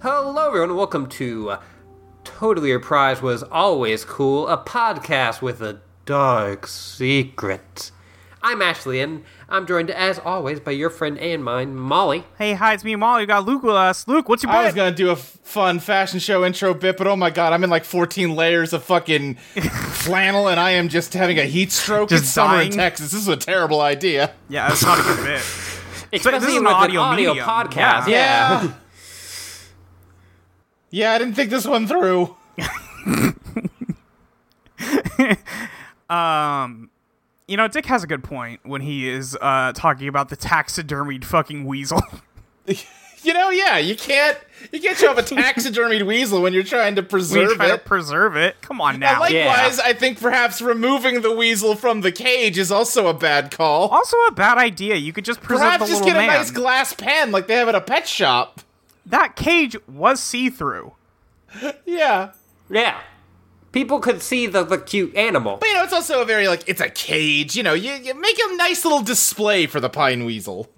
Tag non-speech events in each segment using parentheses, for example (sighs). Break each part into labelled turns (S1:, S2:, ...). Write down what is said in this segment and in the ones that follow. S1: Hello, everyone. Welcome to uh, Totally Your Prize Was Always Cool, a podcast with a dark secret. I'm Ashley, and I'm joined, as always, by your friend and mine, Molly.
S2: Hey, hi, it's me, Molly. We got Luke with us. Luke, what's your
S3: I was
S2: bet?
S3: gonna do a f- fun fashion show intro bit, but oh my god, I'm in like 14 layers of
S2: (laughs)
S3: fucking flannel, and I am just having a heat stroke in
S2: Just
S3: summer in
S2: dying.
S3: Texas. This is a terrible idea.
S2: Yeah, that's not a good bit.
S1: Especially
S2: this is an
S1: with
S2: audio medium.
S1: podcast.
S2: Yeah.
S3: Yeah. (laughs) yeah, I didn't think this one through.
S2: (laughs) You know, Dick has a good point when he is uh, talking about the taxidermied fucking weasel. (laughs)
S3: You know, yeah, you can't you can't show up a taxidermied weasel when you're trying to
S2: we
S3: preserve
S2: try to
S3: it.
S2: preserve it. Come on
S3: And
S2: now.
S3: likewise, I think perhaps removing the weasel from the cage is also a bad call.
S2: also, a bad idea. You could just preserve
S3: Perhaps
S2: the
S3: just
S2: little
S3: get a
S2: man.
S3: nice glass pen like they have at a pet shop.
S2: that cage was see-through.
S3: Yeah.
S1: Yeah. People could see the, the cute animal.
S3: But you know, it's also a very like it's a cage. You know, you, you make a nice little display for the pine weasel.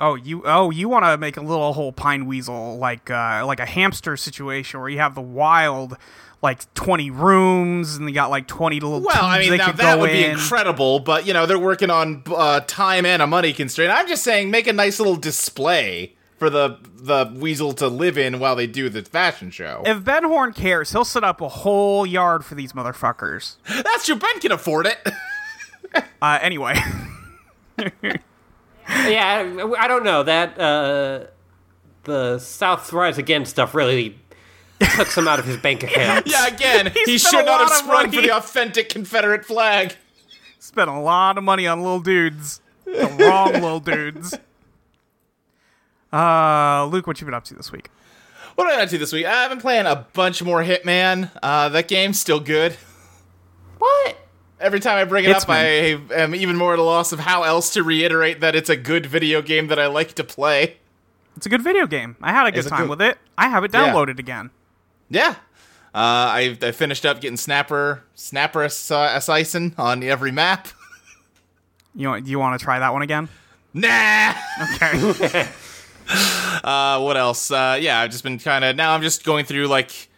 S2: Oh, you oh you want to make a little whole pine weasel like uh, like a hamster situation where you have the wild like twenty rooms and you got like twenty little.
S3: Well, I
S2: tubes
S3: mean,
S2: they
S3: now
S2: could
S3: that
S2: go
S3: would be
S2: in.
S3: incredible, but you know, they're working on uh, time and a money constraint. I'm just saying, make a nice little display for the the weasel to live in while they do the fashion show.
S2: If Ben Horn cares, he'll set up a whole yard for these motherfuckers.
S3: That's true. Ben can
S2: (laughs)
S3: afford it.
S2: Uh, anyway,
S1: (laughs)
S2: (laughs)
S1: yeah, I, I don't know. That, uh, the South Thrives Again stuff really took some out of his
S3: (laughs)
S1: bank account.
S3: yeah, again, he
S2: spent
S3: should
S2: a
S3: not have
S2: lot of
S3: sprung for
S2: money.
S3: the authentic Confederate flag.
S2: spent a lot of money on little dudes, the wrong little dudes. Uh, Luke, what you been up to this week?
S3: What did I do this week? I've been playing a bunch more Hitman. Uh, that game's still good.
S1: What?
S3: Every time I bring it up, I
S2: Hitman.
S3: am even more at a loss of how else to reiterate that it's a good video game that I like to play.
S2: It's a good video game. I had a good
S3: it
S2: time
S3: good?
S2: with it. I have it
S3: Yeah.
S2: downloaded again.
S3: Yeah. Uh, I, I finished up getting Snapper, Snapper Assassin on every map.
S2: You want you want to try that one again?
S3: Nah.
S2: Okay.
S3: (laughs) Uh, what else? Uh, yeah, I've just been kind of. Now I'm just going through like.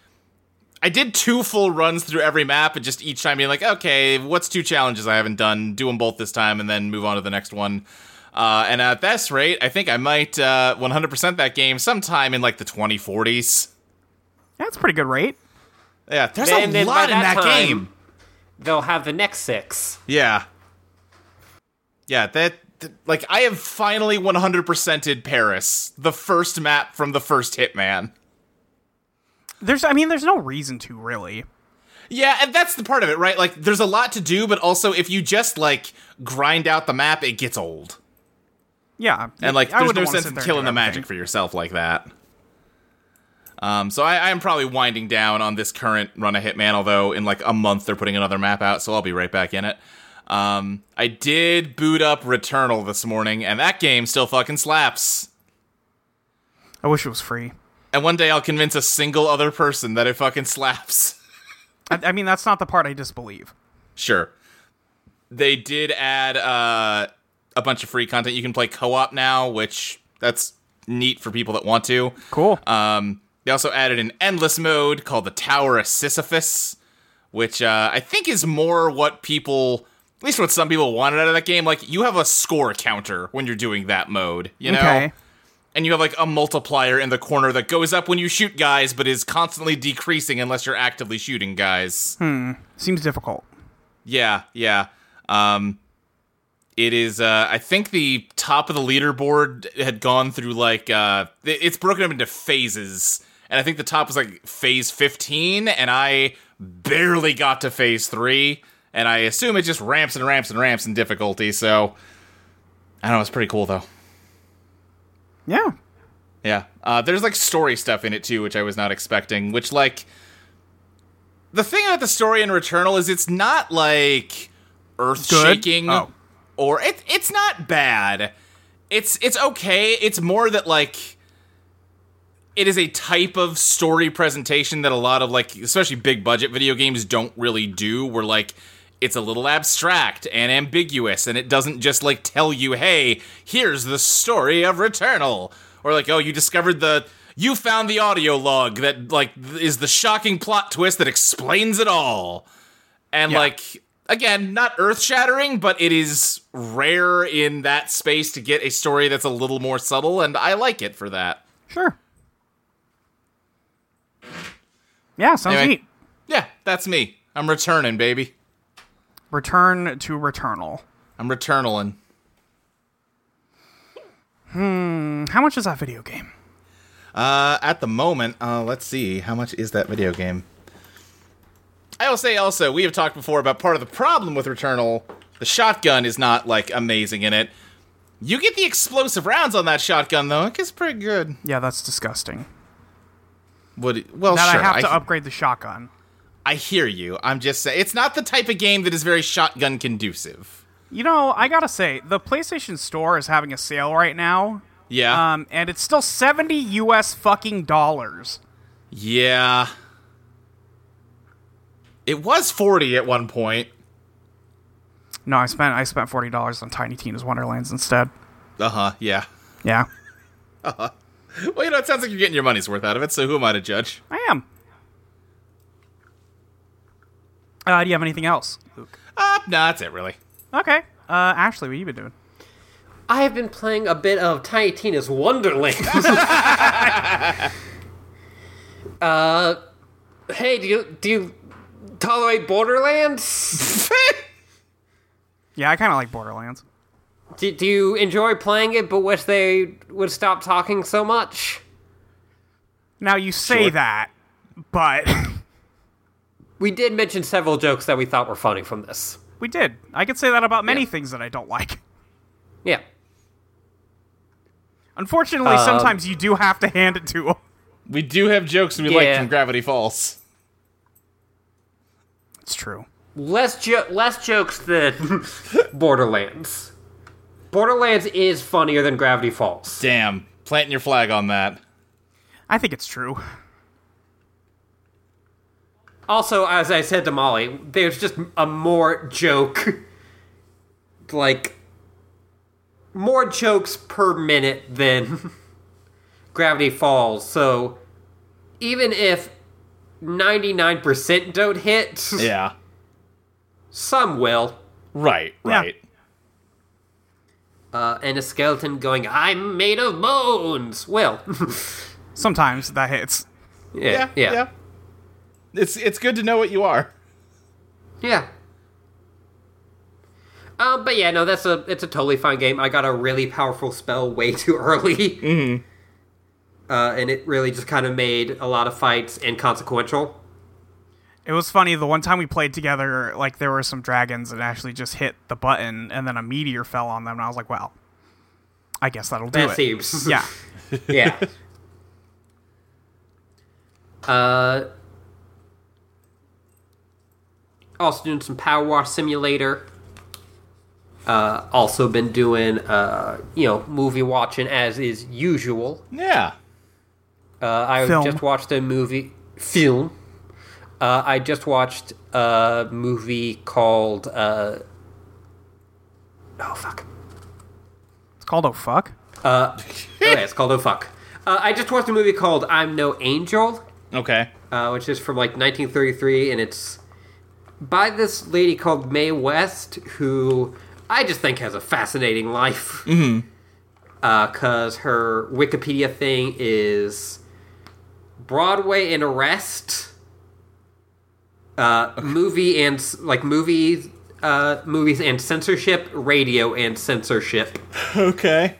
S3: I did two full runs through every map, and just each time being like, okay, what's two challenges I haven't done? Do them both this time, and then move on to the next one. Uh, and at this rate, I think I might uh, 100% that game sometime in like the 2040s.
S2: That's a pretty good rate.
S3: Yeah, there's
S1: And
S3: a
S1: then by
S3: lot in
S1: that
S3: that
S1: time-
S3: game.
S1: They'll have the next six.
S3: Yeah. Yeah, that, th- like I have finally 100%ed Paris, the first map from the first Hitman.
S2: There's I mean there's no reason to really.
S3: Yeah, and that's the part of it, right? Like there's a lot to do, but also if you just like grind out the map, it gets old.
S2: Yeah.
S3: And like
S2: I
S3: there's
S2: wouldn't
S3: no
S2: wanna
S3: sense
S2: sit
S3: in
S2: there and do
S3: killing the
S2: everything.
S3: magic for yourself like that. Um, so I, I'm probably winding down on this current run of Hitman, although in like a month they're putting another map out, so I'll be right back in it. Um, I did boot up Returnal this morning, and that game still fucking slaps.
S2: I wish it was free.
S3: And one day I'll convince a single other person that it fucking slaps. (laughs)
S2: I, I mean that's not the part I disbelieve.
S3: Sure. They did add uh, a bunch of free content. You can play co-op now, which that's neat for people that want to.
S2: Cool.
S3: Um, they also added an endless mode called the Tower of Sisyphus, which uh, I think is more what people, at least what some people wanted out of that game. Like you have a score counter when you're doing that mode, you know,
S2: okay.
S3: and you have like a multiplier in the corner that goes up when you shoot guys, but is constantly decreasing unless you're actively shooting guys.
S2: Seems difficult.
S3: Yeah, yeah. Um, It is. Uh, I think the top of the leaderboard had gone through like uh, it- it's broken up into phases, and I think the top was like phase fifteen, and I barely got to phase three, and I assume it just ramps and ramps and ramps in difficulty. So I don't know. It's pretty cool though.
S2: Yeah.
S3: Yeah. Uh, there's like story stuff in it too, which I was not expecting. Which like the thing about the story in Returnal is it's not like earth shaking
S2: Oh.
S3: or it it's not bad. It's it's okay. It's more that like it is a type of story presentation that a lot of like especially big budget video games don't really do where like it's a little abstract and ambiguous and it doesn't just like tell you hey here's the story of returnal or like oh you discovered the you found the audio log that like th- is the shocking plot twist that explains it all and like again not earth shattering but it is rare in that space to get a story that's a little more subtle and i like it for that
S2: Sure. Yeah, sounds
S3: Anyway.
S2: neat.
S3: Yeah, that's me. I'm returning, baby.
S2: Return to Returnal.
S3: I'm returnaling.
S2: How much is that video game?
S3: Uh, at the moment, uh, let's see how much is that video game. I will say also, we have talked before about part of the problem with Returnal. The shotgun is not like amazing in it. You get the explosive rounds on that shotgun though; it gets pretty good.
S2: Yeah, that's disgusting.
S3: Would well,
S2: That
S3: sure.
S2: I have to
S3: I,
S2: upgrade the shotgun.
S3: I hear you. I'm just saying, it's not the type of game that is very shotgun conducive.
S2: You know, I gotta say, the PlayStation Store is having a sale right now,
S3: Yeah,
S2: um, and it's still seventy U.S. fucking dollars.
S3: yeah. It was forty at one point.
S2: No, I spent I spent forty dollars on Tiny Tina's Wonderlands instead.
S3: Uh huh. Yeah.
S2: Yeah,
S3: Well, you know, it sounds like you're getting your money's worth out of it, so who am I to judge?
S2: I am. Uh, do you have anything else, Luke?
S3: Uh, nah, that's it, really.
S2: Okay, uh, Ashley, what you been doing?
S1: I have been playing a bit of Tiny Tina's Wonderland. uh, hey, do you do you tolerate Borderlands?
S2: Yeah, I kind of like Borderlands.
S1: do, do you enjoy playing it, but wish they would stop talking so much?
S2: Now you say
S3: Sure.
S2: that, but
S1: We did mention several jokes that we thought were funny from this.
S2: we did. I could say that about many things that I don't like.
S1: Yeah.
S2: Unfortunately,
S1: Um,
S2: sometimes you do have to hand it to 'em.
S3: We do have jokes we
S1: Yeah.
S3: like from Gravity Falls.
S2: It's true.
S1: Less jo- less jokes than (laughs) Borderlands. Borderlands is funnier than Gravity Falls.
S3: Damn, planting your flag on that.
S2: I think it's true.
S1: Also, as I said to Molly, there's just a more joke. Like, more jokes per minute than (laughs) Gravity Falls. So, even if 99% don't hit,
S3: Yeah.
S1: (laughs) some will.
S3: Right, right.
S1: Uh, and a skeleton going, I'm made of bones, will.
S2: Sometimes that hits.
S1: (laughs) yeah, yeah, yeah.
S3: It's it's good to know what you are.
S1: Um, but yeah, no, that's a it's a totally fine game. I got a really powerful spell way (laughs) too early, mm-hmm. uh, and it really just kind of made a lot of fights inconsequential.
S2: It was funny the one time we played together, like there were some dragons and Ashley just hit the button and then a meteor fell on them and I was like, Well, I guess that'll do
S1: That
S2: it.
S1: seems (laughs)
S2: Yeah.
S1: yeah. Uh, also doing some Power Wash Simulator. Uh, also been doing uh, you know movie watching as is usual.
S3: Yeah.
S1: Uh, I
S2: Film.
S1: just watched a movie film. Uh, I just watched a movie called uh, oh fuck.
S2: It's called Oh Fuck.
S1: Okay, it's called oh fuck. Uh, I just watched a movie called I'm No Angel.
S3: Okay.
S1: uh, which is from like 1933, and it's by this lady called Mae West, who I just think has a fascinating life. Mm-hmm. Because her Wikipedia thing is Broadway and Arrest, uh, movie and s- like movie uh, movies and censorship, radio and censorship.
S3: Okay.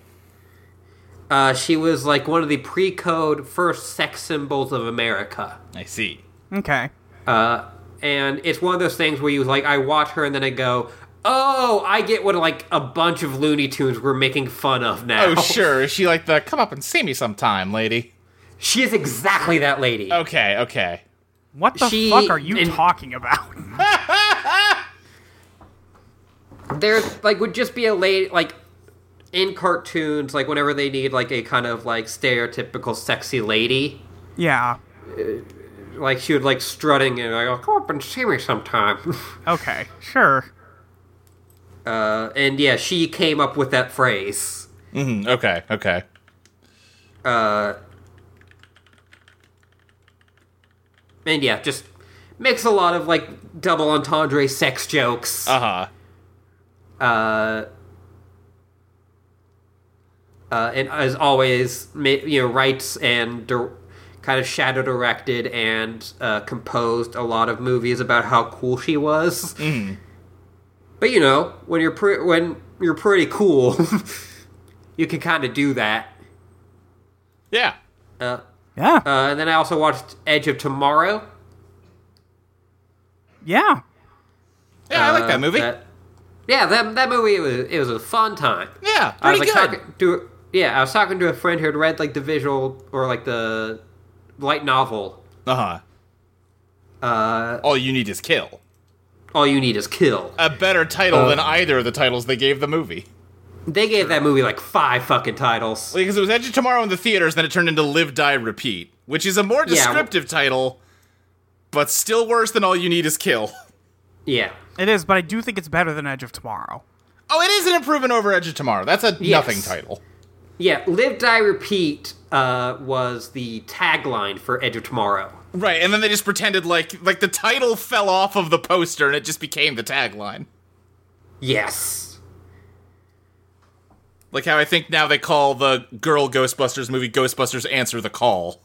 S1: Uh, she was like one of the pre-code first sex symbols of America.
S3: I see.
S2: Okay.
S1: Uh, and it's one of those things where you like, I watch her and then I go, oh, I get what like a bunch of Looney Tunes we're making fun of now.
S3: Oh, sure. Is she like the come up and see me sometime, lady?
S1: (laughs) She is exactly that lady.
S3: Okay, okay.
S2: What the
S1: She-
S2: fuck are you
S1: and-
S2: talking
S1: (laughs)
S2: about?
S1: there like would just be a lady like in cartoons like whenever they need like a kind of like stereotypical sexy lady
S2: yeah.
S1: like she would like strutting and like come up and see me sometime (laughs)
S2: Okay. Sure.
S1: uh, and yeah she came up with that phrase
S3: Mm, okay, okay.
S1: and yeah just makes a lot of like double entendre sex jokes
S3: Uh huh.
S1: uh, uh, and as always, ma- you know, writes and dir- kind of shadow directed and uh, composed a lot of movies about how cool she was.
S3: Mm.
S1: But you know, when you're pre- when you're pretty cool, (laughs) you can kind of do that.
S3: Yeah.
S1: Uh,
S2: Yeah.
S1: uh, and then I also watched Edge of Tomorrow.
S2: yeah.
S3: Yeah, I like
S1: Uh,
S3: that movie.
S1: yeah, that that movie it was it was a fun time.
S3: yeah,
S1: I was
S3: pretty
S1: like
S3: good.
S1: talking to yeah, I was talking to a friend who had read like the visual or like the light novel.
S3: Uh-huh.
S1: Uh,
S3: All you need is kill.
S1: all you need is kill.
S3: A better title than either of the titles they gave the movie.
S1: They gave that movie like five fucking titles.
S3: Because it was Edge of Tomorrow in the theaters, then it turned into Live, Die, Repeat, which is a more
S1: Yeah.
S3: descriptive title, but still worse than All You Need Is Kill.
S1: Yeah,
S2: It is, but I do think it's better than Edge of Tomorrow.
S3: Oh, it is an improvement over Edge of Tomorrow. That's a
S1: Yes.
S3: nothing title.
S1: yeah. Live, die, repeat uh, was the tagline for Edge of Tomorrow.
S3: Right, and then they just pretended like like the title fell off of the poster and it just became the tagline.
S1: Yes.
S3: Like how I think now they call the girl Ghostbusters movie Ghostbusters Answer the Call.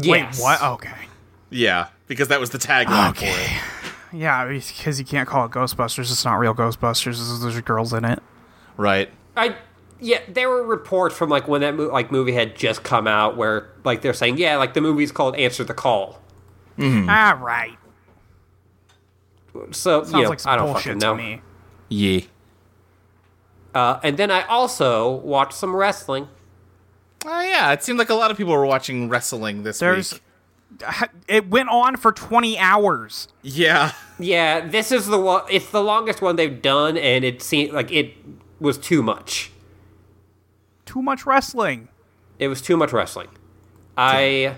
S1: Yes.
S2: Wait, what? Oh. Okay.
S3: Yeah, because that was the tagline for it.
S2: Okay. Yeah, because you can't call it Ghostbusters. It's not real Ghostbusters. There's, there's girls in it.
S3: Right.
S1: I yeah, there were reports from like when that mo- like movie had just come out where like they're saying yeah, like the movie's called Answer the Call. Hmm.
S2: All right.
S1: So
S2: Sounds
S1: you know,
S2: like
S1: I
S2: some
S1: don't
S2: bullshit
S1: fucking
S2: to
S1: know.
S2: me.
S3: Yeah.
S1: Uh, and then I also watched some wrestling.
S3: Oh yeah, it seemed like a lot of people were watching wrestling this
S2: There's.
S3: week.
S2: (laughs) It went on for 20 hours.
S3: Yeah.
S1: Yeah, this is the one. It's the longest one they've done, and it seemed like it was too much.
S2: Too much wrestling.
S1: It was too much wrestling. I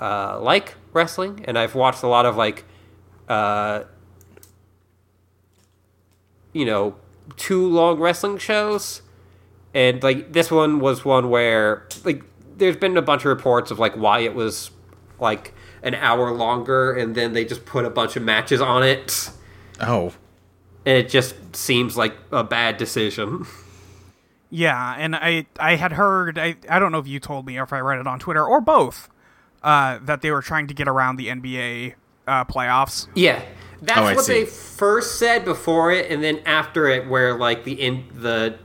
S1: uh, like wrestling, and I've watched a lot of like, uh, you know, too long wrestling shows, and like this one was one where like there's been a bunch of reports of like why it was like an hour longer, and then they just put a bunch of matches on it.
S3: Oh.
S1: and it just seems like a bad decision. (laughs)
S2: Yeah, and I I had heard I, I don't know if you told me or if I read it on Twitter or both uh, that they were trying to get around the NBA uh, playoffs.
S1: yeah, that's
S3: Oh, I
S1: what
S3: see.
S1: they first said before it, and then after it, where like the in the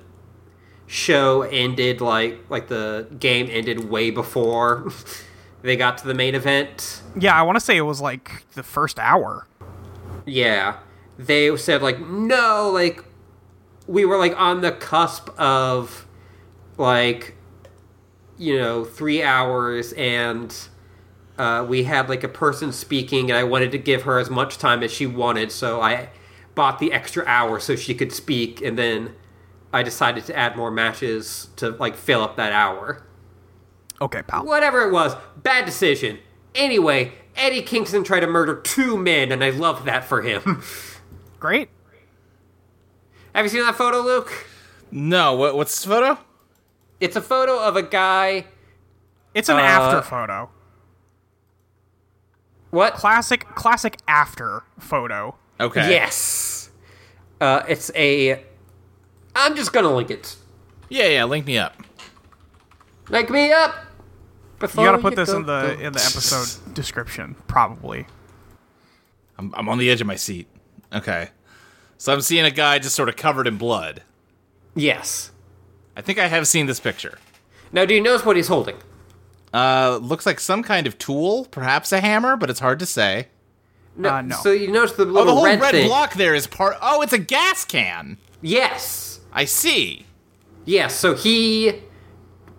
S1: show ended, like like the game ended way before (laughs) they got to the main event.
S2: Yeah, I want to say it was like the first hour.
S1: Yeah, they said like no, like we were like on the cusp of like you know three hours, and uh, we had like a person speaking, and I wanted to give her as much time as she wanted, so I bought the extra hour so she could speak, and then I decided to add more matches to like fill up that hour
S2: Okay, pal.
S1: whatever it was, bad decision. Anyway, Eddie Kingston tried to murder two men, and I love that for him. (laughs)
S2: Great.
S1: Have you seen that photo, Luke?
S3: No, what what's the photo?
S1: It's a photo of a guy.
S2: It's an
S1: Uh,
S2: after photo.
S1: What?
S2: Classic classic after photo.
S3: Okay.
S1: Yes. Uh, it's a. I'm just gonna link it.
S3: Yeah, yeah, link me up.
S1: Link me up.
S2: You
S1: Before
S2: got to put this
S1: Oh, go-
S2: in the
S1: go.
S2: in the episode description probably.
S3: I'm I'm on the edge of my seat. Okay. So I'm seeing a guy just sort of covered in blood.
S1: Yes.
S3: I think I have seen this picture.
S1: Now, do you notice what he's holding?
S3: Uh, looks like some kind of tool, perhaps a hammer, but it's hard to say.
S1: No.
S2: Uh, no.
S1: So you notice the little
S3: Oh, the whole red,
S1: thing.
S3: block there is part. Oh, it's a gas can.
S1: Yes.
S3: I see.
S1: Yes. So he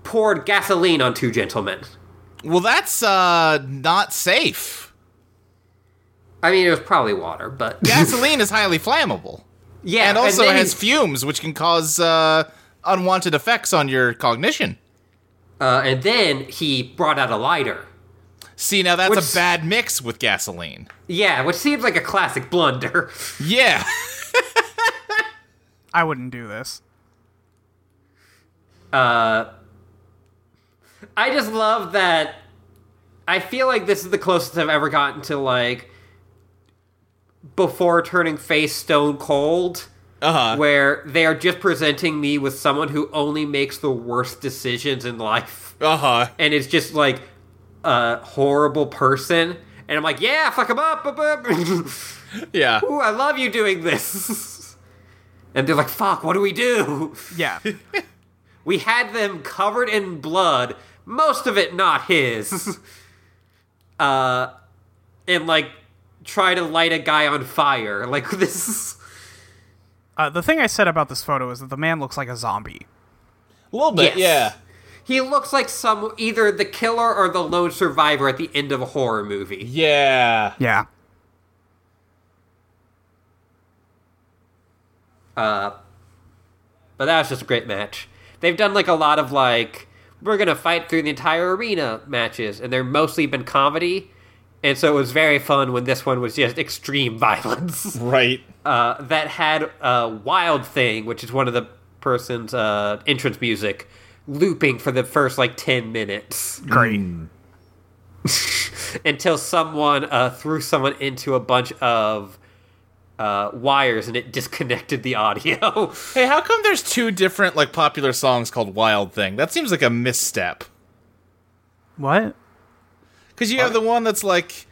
S1: poured gasoline on two gentlemen.
S3: Well, that's uh not safe.
S1: I mean, it was probably water, but
S3: Gasoline is highly flammable,
S1: (laughs) yeah,
S3: and also
S1: then
S3: has
S1: he-
S3: fumes, which can cause uh, unwanted effects on your cognition.
S1: uh, and then he brought out a lighter.
S3: See, now that's
S1: Which-
S3: a bad mix with gasoline.
S1: Yeah, which seems like a classic blunder. (laughs)
S3: Yeah.
S2: I wouldn't do this.
S1: I just love that. I feel like this is the closest I've ever gotten to like before turning face stone cold,
S3: Uh huh.
S1: where they are just presenting me with someone who only makes the worst decisions in life,
S3: Uh huh.
S1: and it's just like a horrible person. And I'm like, yeah, fuck him up. (laughs) bup, bup."
S3: Yeah.
S1: Ooh, I love you doing this. (laughs) And they're like, fuck, what do we do?
S3: (laughs)
S2: Yeah.
S1: We had them covered in blood, most of it not his.
S3: (laughs)
S1: uh, and like try to light a guy on fire. Like (laughs) this. is-
S2: Uh, the thing I said about this photo is that the man looks like a zombie.
S3: A little
S1: Yes.
S3: bit. Yeah.
S1: He looks like some either the killer or the lone survivor at the end of a horror movie.
S3: Yeah.
S2: Yeah.
S1: But that was just a great match. They've done like a lot of like we're gonna fight through the entire arena matches, and they're mostly been comedy. And so it was very fun when this one was just extreme (laughs) violence.
S3: Right.
S1: uh, that had uh, Wild Thing, which is one of the person's uh, entrance music, looping for the first like 10
S2: (laughs)
S1: minutes
S2: Great.
S3: Mm.
S1: until someone uh, threw someone into a bunch of uh, wires and it disconnected the audio. (laughs)
S3: Hey, how come there's two different like popular songs called Wild Thing? That seems like a misstep.
S2: What?
S3: Cuz you have the one that's like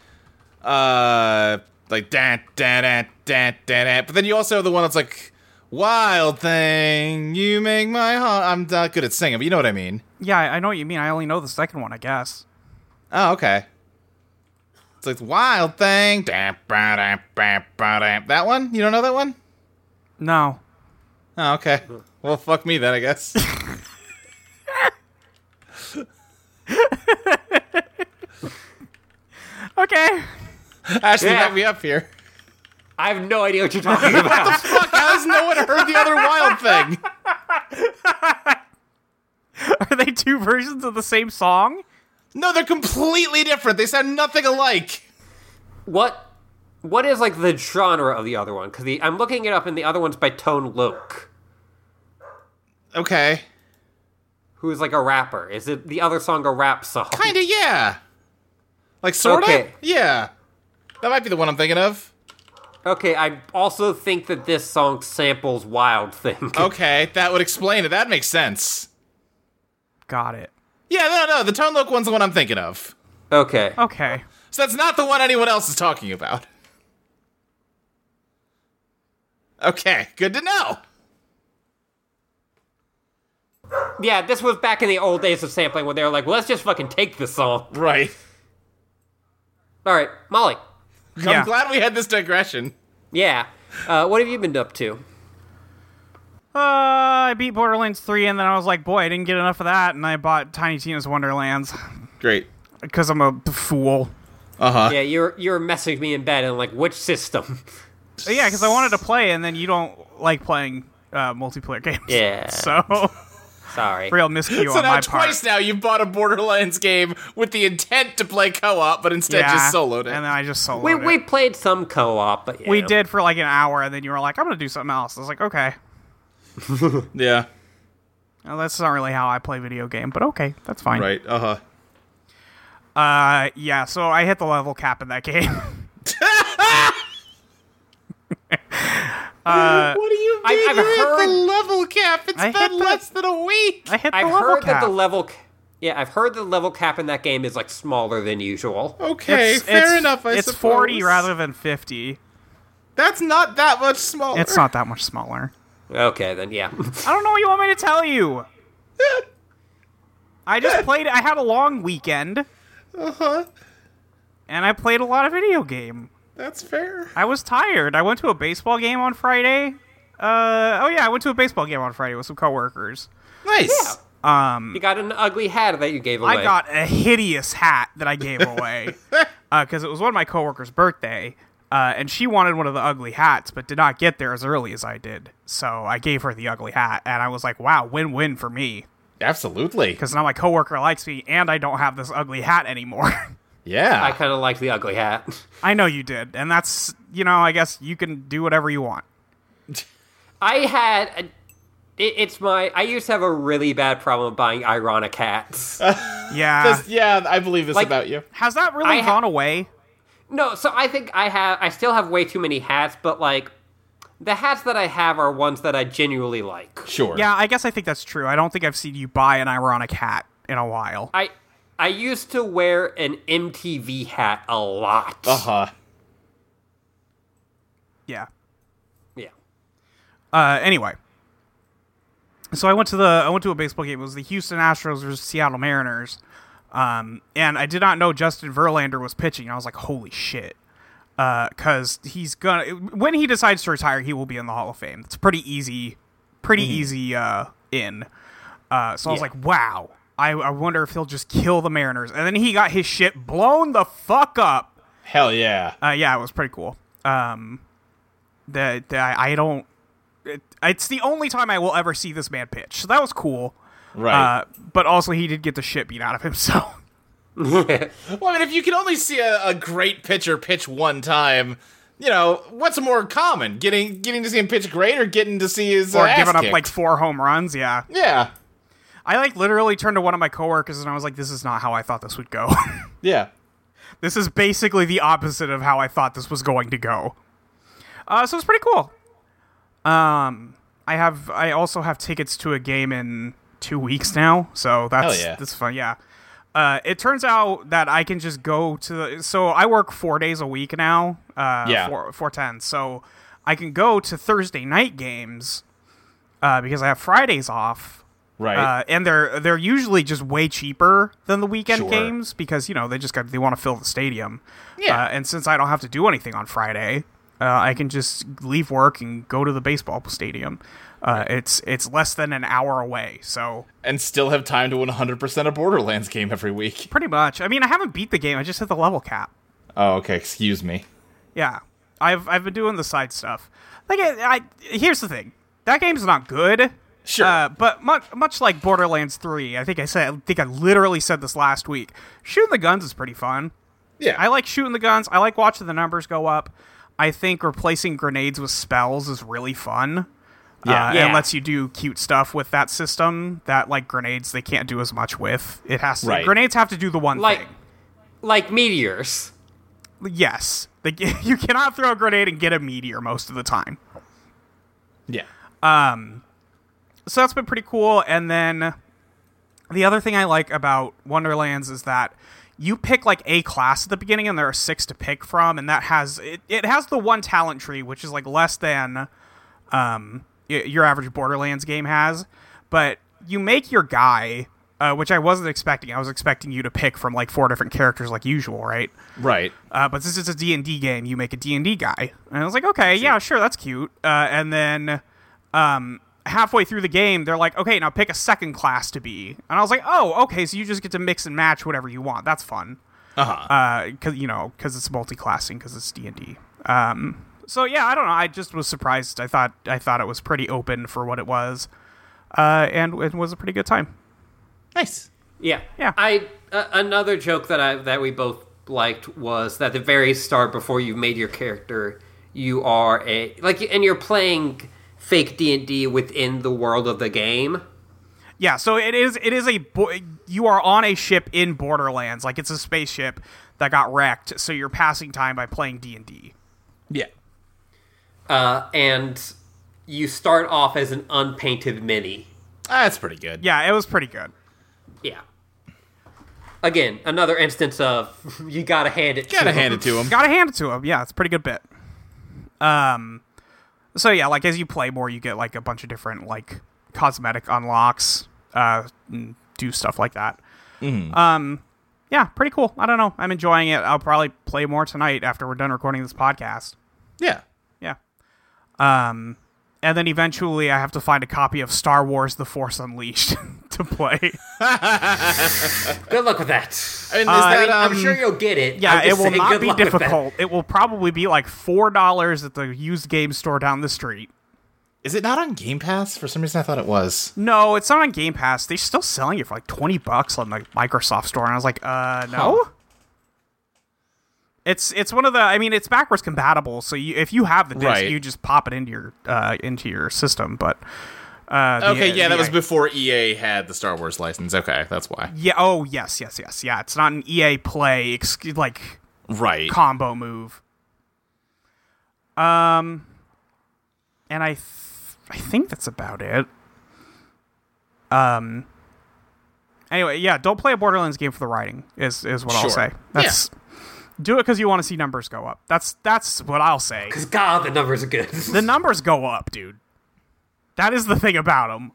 S3: uh like da da da da da da, but then you also have the one that's like Wild Thing, you make my heart. I'm not good at singing, but you know what I mean.
S2: Yeah, I I know what you mean. I only know the second one, I guess.
S3: Oh, okay. It's like Wild Thing. Da, ba, da, ba, ba, da. That one? You don't know that one?
S2: No.
S3: Oh, okay. Well, fuck me then,
S1: (laughs)
S3: I guess.
S2: Okay. (laughs)
S3: Ashley,
S1: Yeah.
S3: back me up here.
S1: I have no idea what you're talking about.
S3: Fuck, how has no one heard the other wild thing?
S2: Are they two versions of the same song?
S3: No, they're completely different. They sound nothing alike.
S1: what? What is like the genre of the other one? Because I'm looking it up, and the other one's by Tone Loc,
S3: Okay.
S1: who is like a rapper. Is it the other song a rap song?
S3: Kinda, yeah. Like, sorta?
S1: Okay.
S3: Yeah. That might be the one I'm thinking of.
S1: Okay, I also think that this song samples Wild Thing.
S3: Oh, Okay, that would explain it. That makes sense.
S2: Got it.
S3: Yeah, no, no, the Tone Loc one's the one I'm thinking of.
S1: Okay.
S2: Okay.
S3: So that's not the one anyone else is talking about. Okay, good to know.
S1: Yeah, this was back in the old days of sampling when they were like, well, let's just fucking take this song.
S3: Right.
S1: All right, Molly.
S2: Yeah.
S3: I'm glad we had this digression.
S1: Yeah. Uh, what have you been up to?
S2: Uh, I beat Borderlands 3, and then I was like, boy, I didn't get enough of that, and I bought Tiny Tina's Wonderlands
S3: Great.
S2: because I'm a fool.
S3: Uh huh.
S1: Yeah, you were, you were messaging me in bed and like, which system? (laughs)
S2: But yeah, because I wanted to play, and then you don't like playing uh, multiplayer (laughs) games.
S1: Yeah.
S2: So,
S1: Sorry.
S2: real miscue
S3: So
S2: on
S3: now
S2: my part.
S3: twice now you've bought a Borderlands game with the intent to play co-op, but instead
S2: yeah.
S3: just soloed it.
S2: And then I just soloed
S1: We,
S2: it.
S1: we played some co op, but yeah.
S2: We did for like an hour, and then you were like, I'm going to do something else. I was like, okay.
S3: yeah,
S2: Now, that's not really how I play video game, but okay, that's fine.
S3: right. Uh
S2: Uh, yeah, so I hit the level cap in that (laughs) game.
S3: huh.
S2: Uh,
S3: What do you mean?
S1: I- I've
S3: you hit
S1: heard-
S3: the level cap. It's
S2: I hit
S3: been
S2: the-
S3: less than a week.
S2: I hit the
S1: I've
S2: level
S1: heard
S2: cap.
S1: that the level. ca- Yeah, I've heard the level cap in that game is like smaller than usual.
S3: Okay, fair enough. I
S2: it's
S3: suppose.
S2: 40 rather than 50.
S3: That's not that much smaller.
S2: It's not that much smaller.
S1: Okay, then
S2: (laughs)
S1: yeah.
S2: I don't know what you want me to tell you. I just played. I had a long weekend,
S3: Uh huh.
S2: and I played a lot of video game.
S3: (laughs) That's fair.
S2: I was tired. I went to a baseball game on Friday. Uh, oh yeah, I went to a baseball game on Friday with some coworkers.
S1: Yeah.
S3: Nice.
S1: you got an ugly hat that you gave away.
S2: I got a hideous hat that I gave away because it was one of my coworkers' birthday, uh, and she wanted one of the ugly hats, but did not get there as early as I did. So I gave her the ugly hat, and I was like, "Wow, win-win for me,"
S3: Absolutely.
S2: because now my coworker likes me, and I don't have this ugly hat anymore. (laughs)
S1: I
S3: Yeah.
S1: kind of like the ugly hat. (laughs)
S2: I know you did, and that's you know, I guess you can do whatever you want.
S1: I had. A, it, it's my. I used to have a really bad problem buying ironic hats.
S2: Yeah,
S3: This- yeah, I believe this
S1: Like-
S3: about you.
S2: has that really
S1: I ha-
S2: gone away?
S1: no, so I think I have. I still have way too many hats, but like, the hats that I have are ones that I genuinely like.
S3: Sure.
S2: Yeah, I guess I think that's true. I don't think I've seen you buy an ironic hat in a while.
S1: I I used to wear an MTV hat a lot.
S3: Uh huh.
S2: Yeah.
S1: Yeah. (laughs)
S2: Uh, anyway, so I went to the I went to a baseball game. It was the Houston Astros versus Seattle Mariners, um, and I did not know Justin Verlander was pitching. I was like, holy shit, because he's gonna when he decides to retire, he will be in the Hall of Fame. It's pretty easy, pretty easy uh, in. Uh, so I was
S1: Yeah.
S2: like, wow. I, I wonder if he'll just kill the Mariners. And then he got his shit blown the fuck up.
S3: Hell yeah.
S2: Uh, yeah, it was pretty cool. Um, the, the I I don't. It, it's the only time I will ever see this man pitch, so that was cool.
S3: Right.
S2: Uh, but also, he did get the shit beat out of him. (laughs) So
S3: well, I mean, if you can only see a, a great pitcher pitch one time, you know what's more common? Getting getting to see him pitch great, or getting to see his uh,
S2: or
S3: ass
S2: giving up
S3: kicked?
S2: like four home runs. Yeah,
S3: yeah,
S2: I like literally turned to one of my coworkers and I was like, "This is not how I thought this would go. (laughs)
S3: yeah.
S2: this is basically the opposite of how I thought this was going to go." Uh, so it's pretty cool. Um, I have I also have tickets to a game in two weeks now, so that's
S3: Hell yeah.
S2: that's fun. Yeah. Uh, it turns out that I can just go to the, so I work four days a week now. Uh,
S3: Yeah.
S2: four four ten. So I can go to Thursday night games uh, because I have Fridays off.
S3: Right.
S2: Uh, and they're they're usually just way cheaper than the weekend
S3: Sure.
S2: games because you know they just got they want to fill the stadium.
S3: Yeah.
S2: Uh, and since I don't have to do anything on Friday, uh, I can just leave work and go to the baseball stadium. Uh, it's it's less than an hour away, so
S3: and still have time to 100% a Borderlands game every week.
S2: pretty much. I mean, I haven't beat the game. I just hit the level cap.
S3: Oh, okay. Excuse me.
S2: Yeah, I've I've been doing the side stuff. Like, I, I here's the thing. That game's not good.
S3: Sure.
S2: Uh, but much, much like Borderlands 3, I think I said, I think I literally said this last week. Shooting the guns is pretty fun.
S3: yeah.
S2: I like shooting the guns. I like watching the numbers go up. I think replacing grenades with spells is really fun.
S3: Yeah.
S2: uh,
S1: Yeah.
S2: and lets you do cute stuff with that system that like grenades they can't do as much with. It has to
S3: Right.
S2: grenades have to do the one
S1: Like
S2: thing.
S1: like meteors.
S2: Yes, they, (laughs) you cannot throw a grenade and get a meteor most of the time.
S3: yeah.
S2: so that's been pretty cool. And then the other thing I like about Wonderlands is that you pick like a class at the beginning, and there are six to pick from, and that has it, it has the one talent tree, which is like less than um, y- your average Borderlands game has. But you make your guy, uh, which I wasn't expecting. I was expecting you to pick from like four different characters, like usual, right?
S3: Right.
S2: uh, but since it's a D&D game, you make a D&D guy. And I was like, okay, yeah, sure, that's cute. Uh, and then um, halfway through the game, they're like, okay, now pick a second class to be. And I was like, oh, okay, so you just get to mix and match whatever you want. That's fun.
S3: Uh-huh.
S2: Uh, cause, you know, because it's multi-classing, because it's D&D. Um, so yeah, I don't know. I just was surprised. I thought I thought it was pretty open for what it was, uh, and it was a pretty good time.
S3: nice.
S1: Yeah.
S2: Yeah.
S1: I uh, another joke that I that we both liked was that the very start before you made your character, you are a like and you're playing fake D&D within the world of the game.
S2: Yeah, so it is. It is a bo- you are on a ship in Borderlands, like it's a spaceship that got wrecked. So you're passing time by playing D and D.
S3: Yeah.
S1: Uh and you start off as an unpainted mini.
S3: That's pretty good.
S2: Yeah, it was pretty good.
S1: Yeah. Again, another instance of (laughs) you got to hand it
S3: Gotta
S1: to
S3: hand it to him.
S2: Got to hand it to him. Yeah, it's a pretty good bit. Um, so yeah, like as you play more, you get like a bunch of different like cosmetic unlocks, uh, and do stuff like that. Um, yeah, pretty cool. I don't know. I'm enjoying it. I'll probably play more tonight after we're done recording this podcast.
S3: (laughs) Yeah.
S2: Yeah. Um, and then eventually I have to find a copy of Star Wars: The Force Unleashed (laughs) to play.
S1: Good luck with that.
S3: I mean,
S2: Uh,
S3: is
S1: I
S3: that,
S1: mean, I'm
S3: um,
S1: sure you'll get it.
S2: Yeah,
S1: I'm
S2: it
S1: just
S2: will
S1: saying
S2: not
S1: good
S2: be
S1: luck with that.
S2: difficult. It will probably be like four dollars at the used game store down the street.
S3: is it not on Game Pass? For some reason, I thought it was.
S2: No, it's not on Game Pass. They're still selling it for like twenty bucks on the Microsoft store, and I was like, uh, no.
S3: Huh.
S2: It's it's one of the. I mean, it's backwards compatible, so you, if you have the disc,
S3: Right.
S2: you just pop it into your uh, into your system. But uh, the-
S3: Okay, yeah, that
S2: the-
S3: was before EA had the Star Wars license. Okay, that's why.
S2: Yeah. Oh, yes, yes, yes. Yeah, it's not an EA Play ex- like
S3: Right.
S2: combo move. Um, and I, th- I think that's about it. Um. Anyway, yeah, don't play a Borderlands game for the writing. Is is what I'll
S3: Sure.
S2: say. That's do it because you want to see numbers go up. That's that's what I'll say.
S1: Because God, the numbers are good.
S2: The numbers go up, dude. That is the thing about them.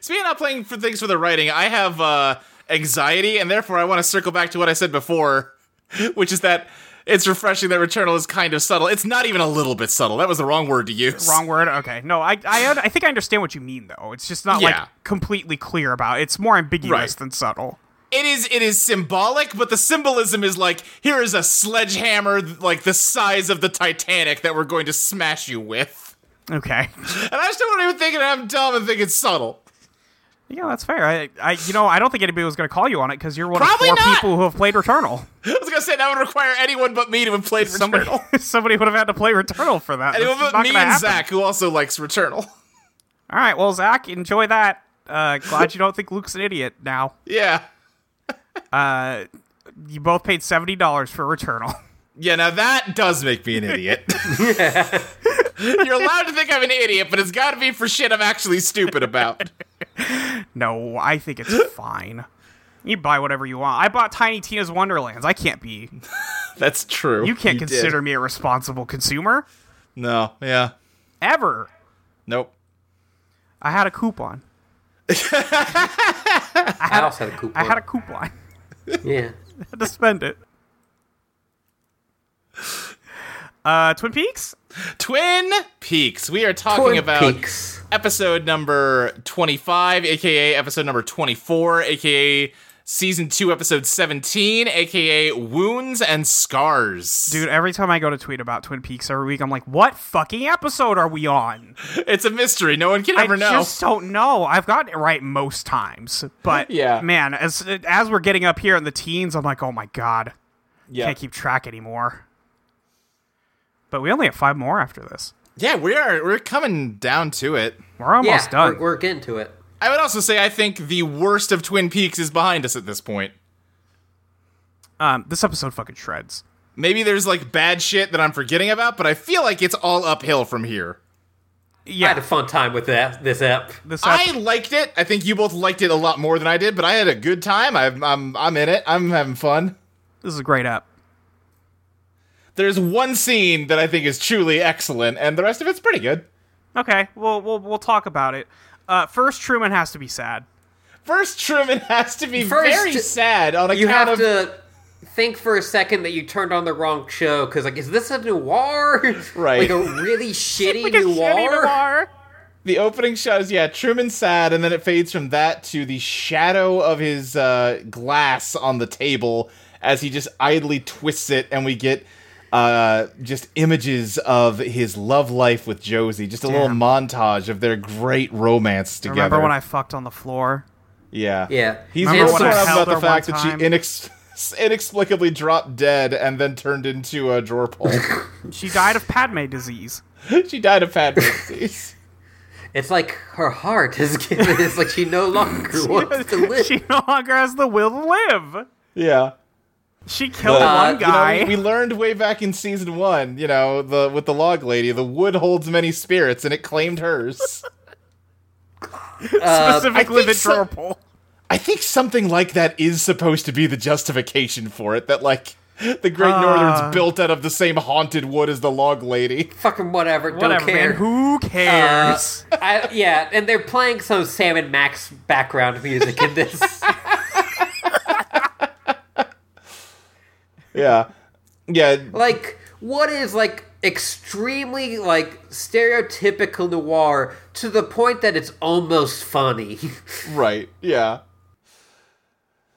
S3: Speaking of playing for things for the writing, I have uh, anxiety, and therefore I want to circle back to what I said before, (laughs) which is that it's refreshing that Returnal is kind of subtle. It's not even a little bit subtle. That was the wrong word to use.
S2: Wrong word. Okay. No, I, I I think I understand what you mean though. It's just not
S3: Yeah.
S2: like completely clear about. It's more ambiguous
S3: Right.
S2: than subtle.
S3: It is. It is symbolic, but the symbolism is like here is a sledgehammer, th- like the size of the Titanic, that we're going to smash you with.
S2: Okay.
S3: And I just don't even think that I'm dumb and think it's subtle.
S2: Yeah, that's fair. I, I, you know, I don't think anybody was going to call you on it because you're one
S3: Probably
S2: of four
S3: not.
S2: people who have played
S3: (laughs)
S2: Returnal.
S3: I was gonna say that would require anyone but me to have played
S2: Somebody, (laughs)
S3: Returnal.
S2: somebody would have had to play Returnal for that.
S3: Anyone
S2: This is
S3: but
S2: not
S3: me
S2: gonna
S3: and
S2: happen.
S3: Zach, who also likes Returnal. (laughs)
S2: All right, well, Zach, enjoy that. Uh, glad you don't think Luke's an idiot now.
S3: Yeah.
S2: You both paid seventy dollars for Returnal. (laughs)
S3: Yeah, now that does make me an idiot. (laughs) You're allowed to think I'm an idiot, but it's got to be for shit I'm actually
S2: (laughs)
S3: stupid about.
S2: No, I think it's
S3: (laughs)
S2: fine. You buy whatever you want. I bought Tiny Tina's Wonderlands. I can't be.
S3: That's true.
S2: You can't
S3: did.
S2: consider me a responsible consumer
S3: No, yeah.
S2: ever.
S3: Nope.
S2: I had a coupon.
S1: I also had a coupon.
S2: I had a coupon.
S1: yeah.
S2: (laughs) had to spend it. Uh, Twin Peaks.
S3: Twin Peaks. We are talking about
S1: Peaks.
S3: episode number 25, aka episode number 24, aka season 2, episode 17, aka Wounds and Scars.
S2: Dude, every time I go to tweet about Twin Peaks every week, I'm like, what fucking episode are we on?
S3: It's a mystery. No one can ever
S2: I
S3: know.
S2: just don't know. I've gotten it right most times,
S1: (laughs)
S2: but
S3: Yeah.
S2: man, as as we're getting up here in the teens, I'm like, oh my god,
S3: yeah.
S2: can't keep track anymore. But we only have five more after this.
S3: yeah, we are we're coming down to it.
S2: We're almost
S1: yeah,
S2: done.
S1: We're, we're getting to it.
S3: I would also say I think the worst of Twin Peaks is behind us at this point.
S2: um, this episode fucking shreds.
S3: Maybe there's like bad shit that I'm forgetting about, but I feel like it's all uphill from here.
S1: I had a
S2: Yeah,
S1: fun time with that, this app.
S2: this
S3: I liked it. I think you both liked it a lot more than I did, but I had a good time. I'm I'm I'm in it. I'm having fun.
S2: this is a great up.
S3: There's one scene that I think is truly excellent, and the rest of it's pretty good.
S2: Okay, we'll we'll we'll talk about it. Uh, first, Truman has to be sad.
S3: First, Truman (laughs) has to be
S1: First,
S3: very sad on account
S1: You have
S3: of
S1: to think for a second that you turned on the wrong show because, like, is this a (laughs) noir?
S3: Right.
S1: like a
S2: (laughs)
S1: really shitty,
S2: Like a
S1: noir?
S2: shitty noir.
S3: the opening shot is yeah truman sad and then it fades from that to the shadow of his uh, glass on the table as he just idly twists it and we get uh, just images of his love life with josie just a little
S2: Damn.
S3: montage of their great romance together
S2: Remember when I fucked on the floor?
S3: yeah
S1: Yeah.
S3: he's
S2: Remember
S3: real
S2: when
S3: torn
S2: I
S3: up
S2: held
S3: about the
S2: her one
S3: fact that she
S2: time?
S3: inex- (laughs) inexplicably dropped dead and then turned into a drawer pole
S2: She died of Padme disease.
S3: she died of Padme disease
S1: It's like her heart is (laughs) given. It's like she
S2: (laughs)
S1: no longer wants to live.
S2: she no longer has the will to live.
S3: yeah
S2: She killed
S1: Uh,
S2: one
S1: you
S2: guy. (laughs)
S3: You know, we, we learned way back in season one, you know, the with the log lady, the wood holds many spirits, and it claimed (laughs) hers.
S2: Specifically,
S3: I think
S2: the
S3: so-
S2: drawer pole.
S3: I think something like that is supposed to be the justification for it. That like The Great Northern's built out of the same haunted wood as the Log Lady.
S1: Fucking whatever.
S2: Whatever,
S1: don't care. Uh,
S2: man. Who cares?
S1: I, yeah, and they're playing some Sam and Max background music in
S2: (laughs)
S1: this.
S3: Yeah, yeah.
S1: like, what is like extremely like stereotypical noir to the point that it's almost funny. (laughs)
S3: Right. Yeah.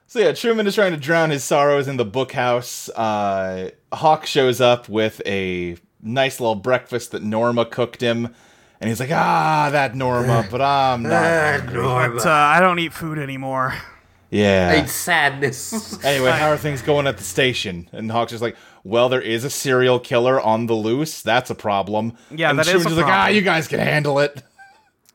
S3: So yeah, Truman is trying to drown his sorrows in the bookhouse. Uh, Hawk shows up with a nice little breakfast that Norma cooked him, and he's like, "Ah, that Norma, but I'm not."
S2: (laughs) But, uh, I don't eat food anymore.
S3: Yeah.
S1: It's
S2: (laughs)
S1: sadness.
S3: Anyway, how are things going at the station? And Hawk's just like, "Well, there is a serial killer on the loose. That's a problem."
S2: Yeah,
S3: and
S2: that is
S3: Truman's
S2: a
S3: just like, "Ah,
S2: problem."
S3: you guys can handle it."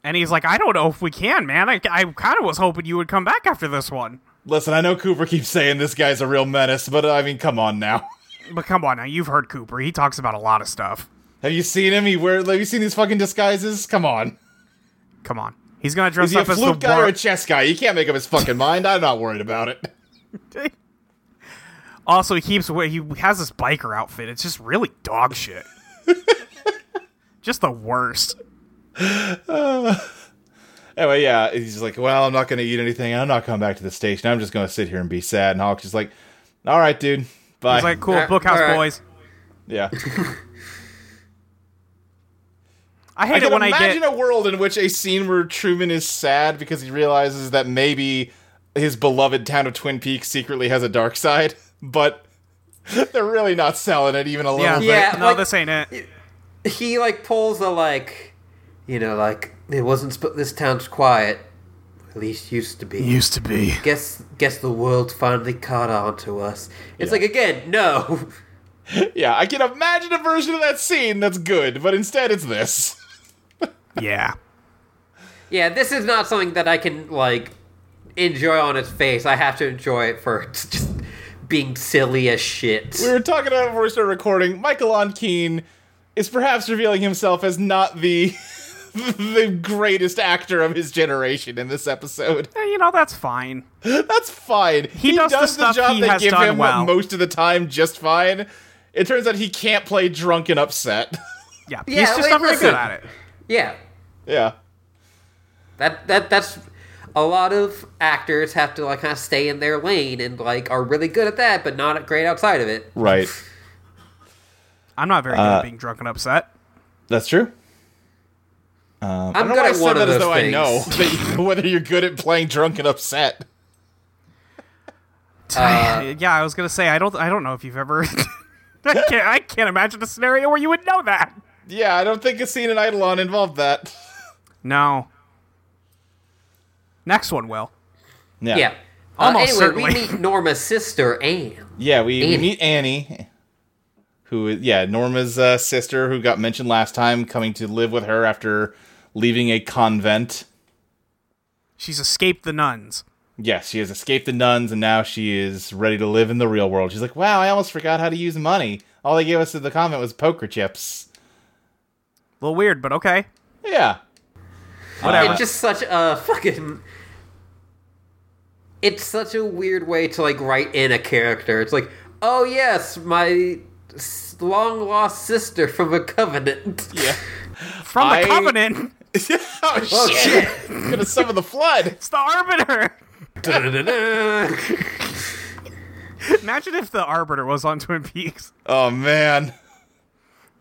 S2: And he's like, I don't know if we can, man. I, I kind of was hoping you would come back after this one.
S3: Listen, I know Cooper keeps saying this guy's a real menace, but I mean, come on now.
S2: But come on now, you've heard Cooper. He talks about a lot of stuff.
S3: Have you seen him? He wear. Have you seen these fucking disguises? Come on.
S2: Come on. He's gonna dress
S3: Is he a
S2: up as the
S3: flute guy or a
S2: war-
S3: chess guy? You can't make up his fucking mind. I'm not worried about it.
S2: (laughs) Also, he keeps wa- he has this biker outfit. It's just really dog shit. (laughs) just the worst.
S3: Anyway, yeah, he's just like, well, I'm not going to eat anything. I'm not coming back to the station. I'm just going to sit here and be sad. And Hawk's just like, all right, dude, bye.
S2: He's like, cool,
S1: Yeah,
S2: Bookhouse
S1: alright.
S2: Boys. (laughs)
S3: yeah.
S2: I
S3: I
S2: hate
S3: can
S2: it when I
S3: imagine
S2: get.
S3: a world in which a scene where Truman is sad because he realizes that maybe his beloved town of Twin Peaks secretly has a dark side, (laughs) but they're really not selling it even a little
S2: yeah,
S3: bit.
S1: Yeah,
S2: no,
S1: like-
S2: this ain't it.
S1: he like pulls a like, you know, like it wasn't. Sp- this town's quiet. At least used to be.
S2: Used to be.
S1: guess guess the world finally caught on to us. It's like again, no. (laughs)
S3: Yeah, I can imagine a version of that scene that's good, but instead it's this. (laughs)
S2: Yeah.
S1: Yeah, this is not something that I can like enjoy on its face. I have to enjoy it for (laughs) just being silly as shit.
S3: We were talking about it before we started recording. Michael on Keen is perhaps revealing himself as not the (laughs) the greatest actor of his generation in this episode. (laughs)
S2: Eh, You know that's fine.
S3: That's fine. He,
S2: does the stuff he has done well.
S3: most of the time just fine. It turns out he can't play drunk and upset. (laughs)
S2: Yeah,
S1: Yeah,
S2: he's just
S1: like,
S2: not very
S1: listen.
S2: good at it.
S1: Yeah,
S3: yeah.
S1: that that that's a lot of actors have to like kind of stay in their lane and like are really good at that, but not great outside of it.
S3: Right.
S2: I'm not very good at being drunk and upset.
S3: That's true.
S1: I'm
S3: I
S1: good
S3: don't know why I
S1: at
S3: said
S1: one of
S3: that
S1: those
S3: as though
S1: things.
S3: I know (laughs) that you- whether you're good at playing drunk and upset.
S2: Eh, yeah, I was gonna say I don't. I don't know if you've ever. (laughs) I can't. I can't imagine a scenario where you would know that.
S3: Yeah, I don't think a scene in Eidolon involved that.
S2: No. Next one will.
S1: Yeah. Uh,
S2: Almost
S1: anyway, we
S2: certainly.
S1: meet Norma's sister Anne.
S3: Yeah, we, we
S1: Annie.
S3: meet Annie, who is yeah Norma's uh, sister, who got mentioned last time, coming to live with her after leaving a convent.
S2: She's escaped the nuns.
S3: Yes, she has escaped the nuns, and now she is ready to live in the real world. She's like, "Wow, I almost forgot how to use money. All they gave us at the convent was poker chips."
S2: A little weird, but okay.
S3: Yeah,
S1: (laughs)
S2: Whatever.
S1: It's just such a fucking. It's such a weird way to like write in a character. It's like, oh yes, my long lost sister from a covenant.
S3: yeah.
S2: From the
S3: I-
S2: Covenant,
S3: (laughs)
S2: (laughs)
S3: oh
S1: (laughs)
S3: shit! Gonna summon the flood.
S2: it's the Arbiter. (laughs)
S1: Da-da-da-da. (laughs)
S2: Imagine if the Arbiter was on Twin Peaks.
S3: Oh man.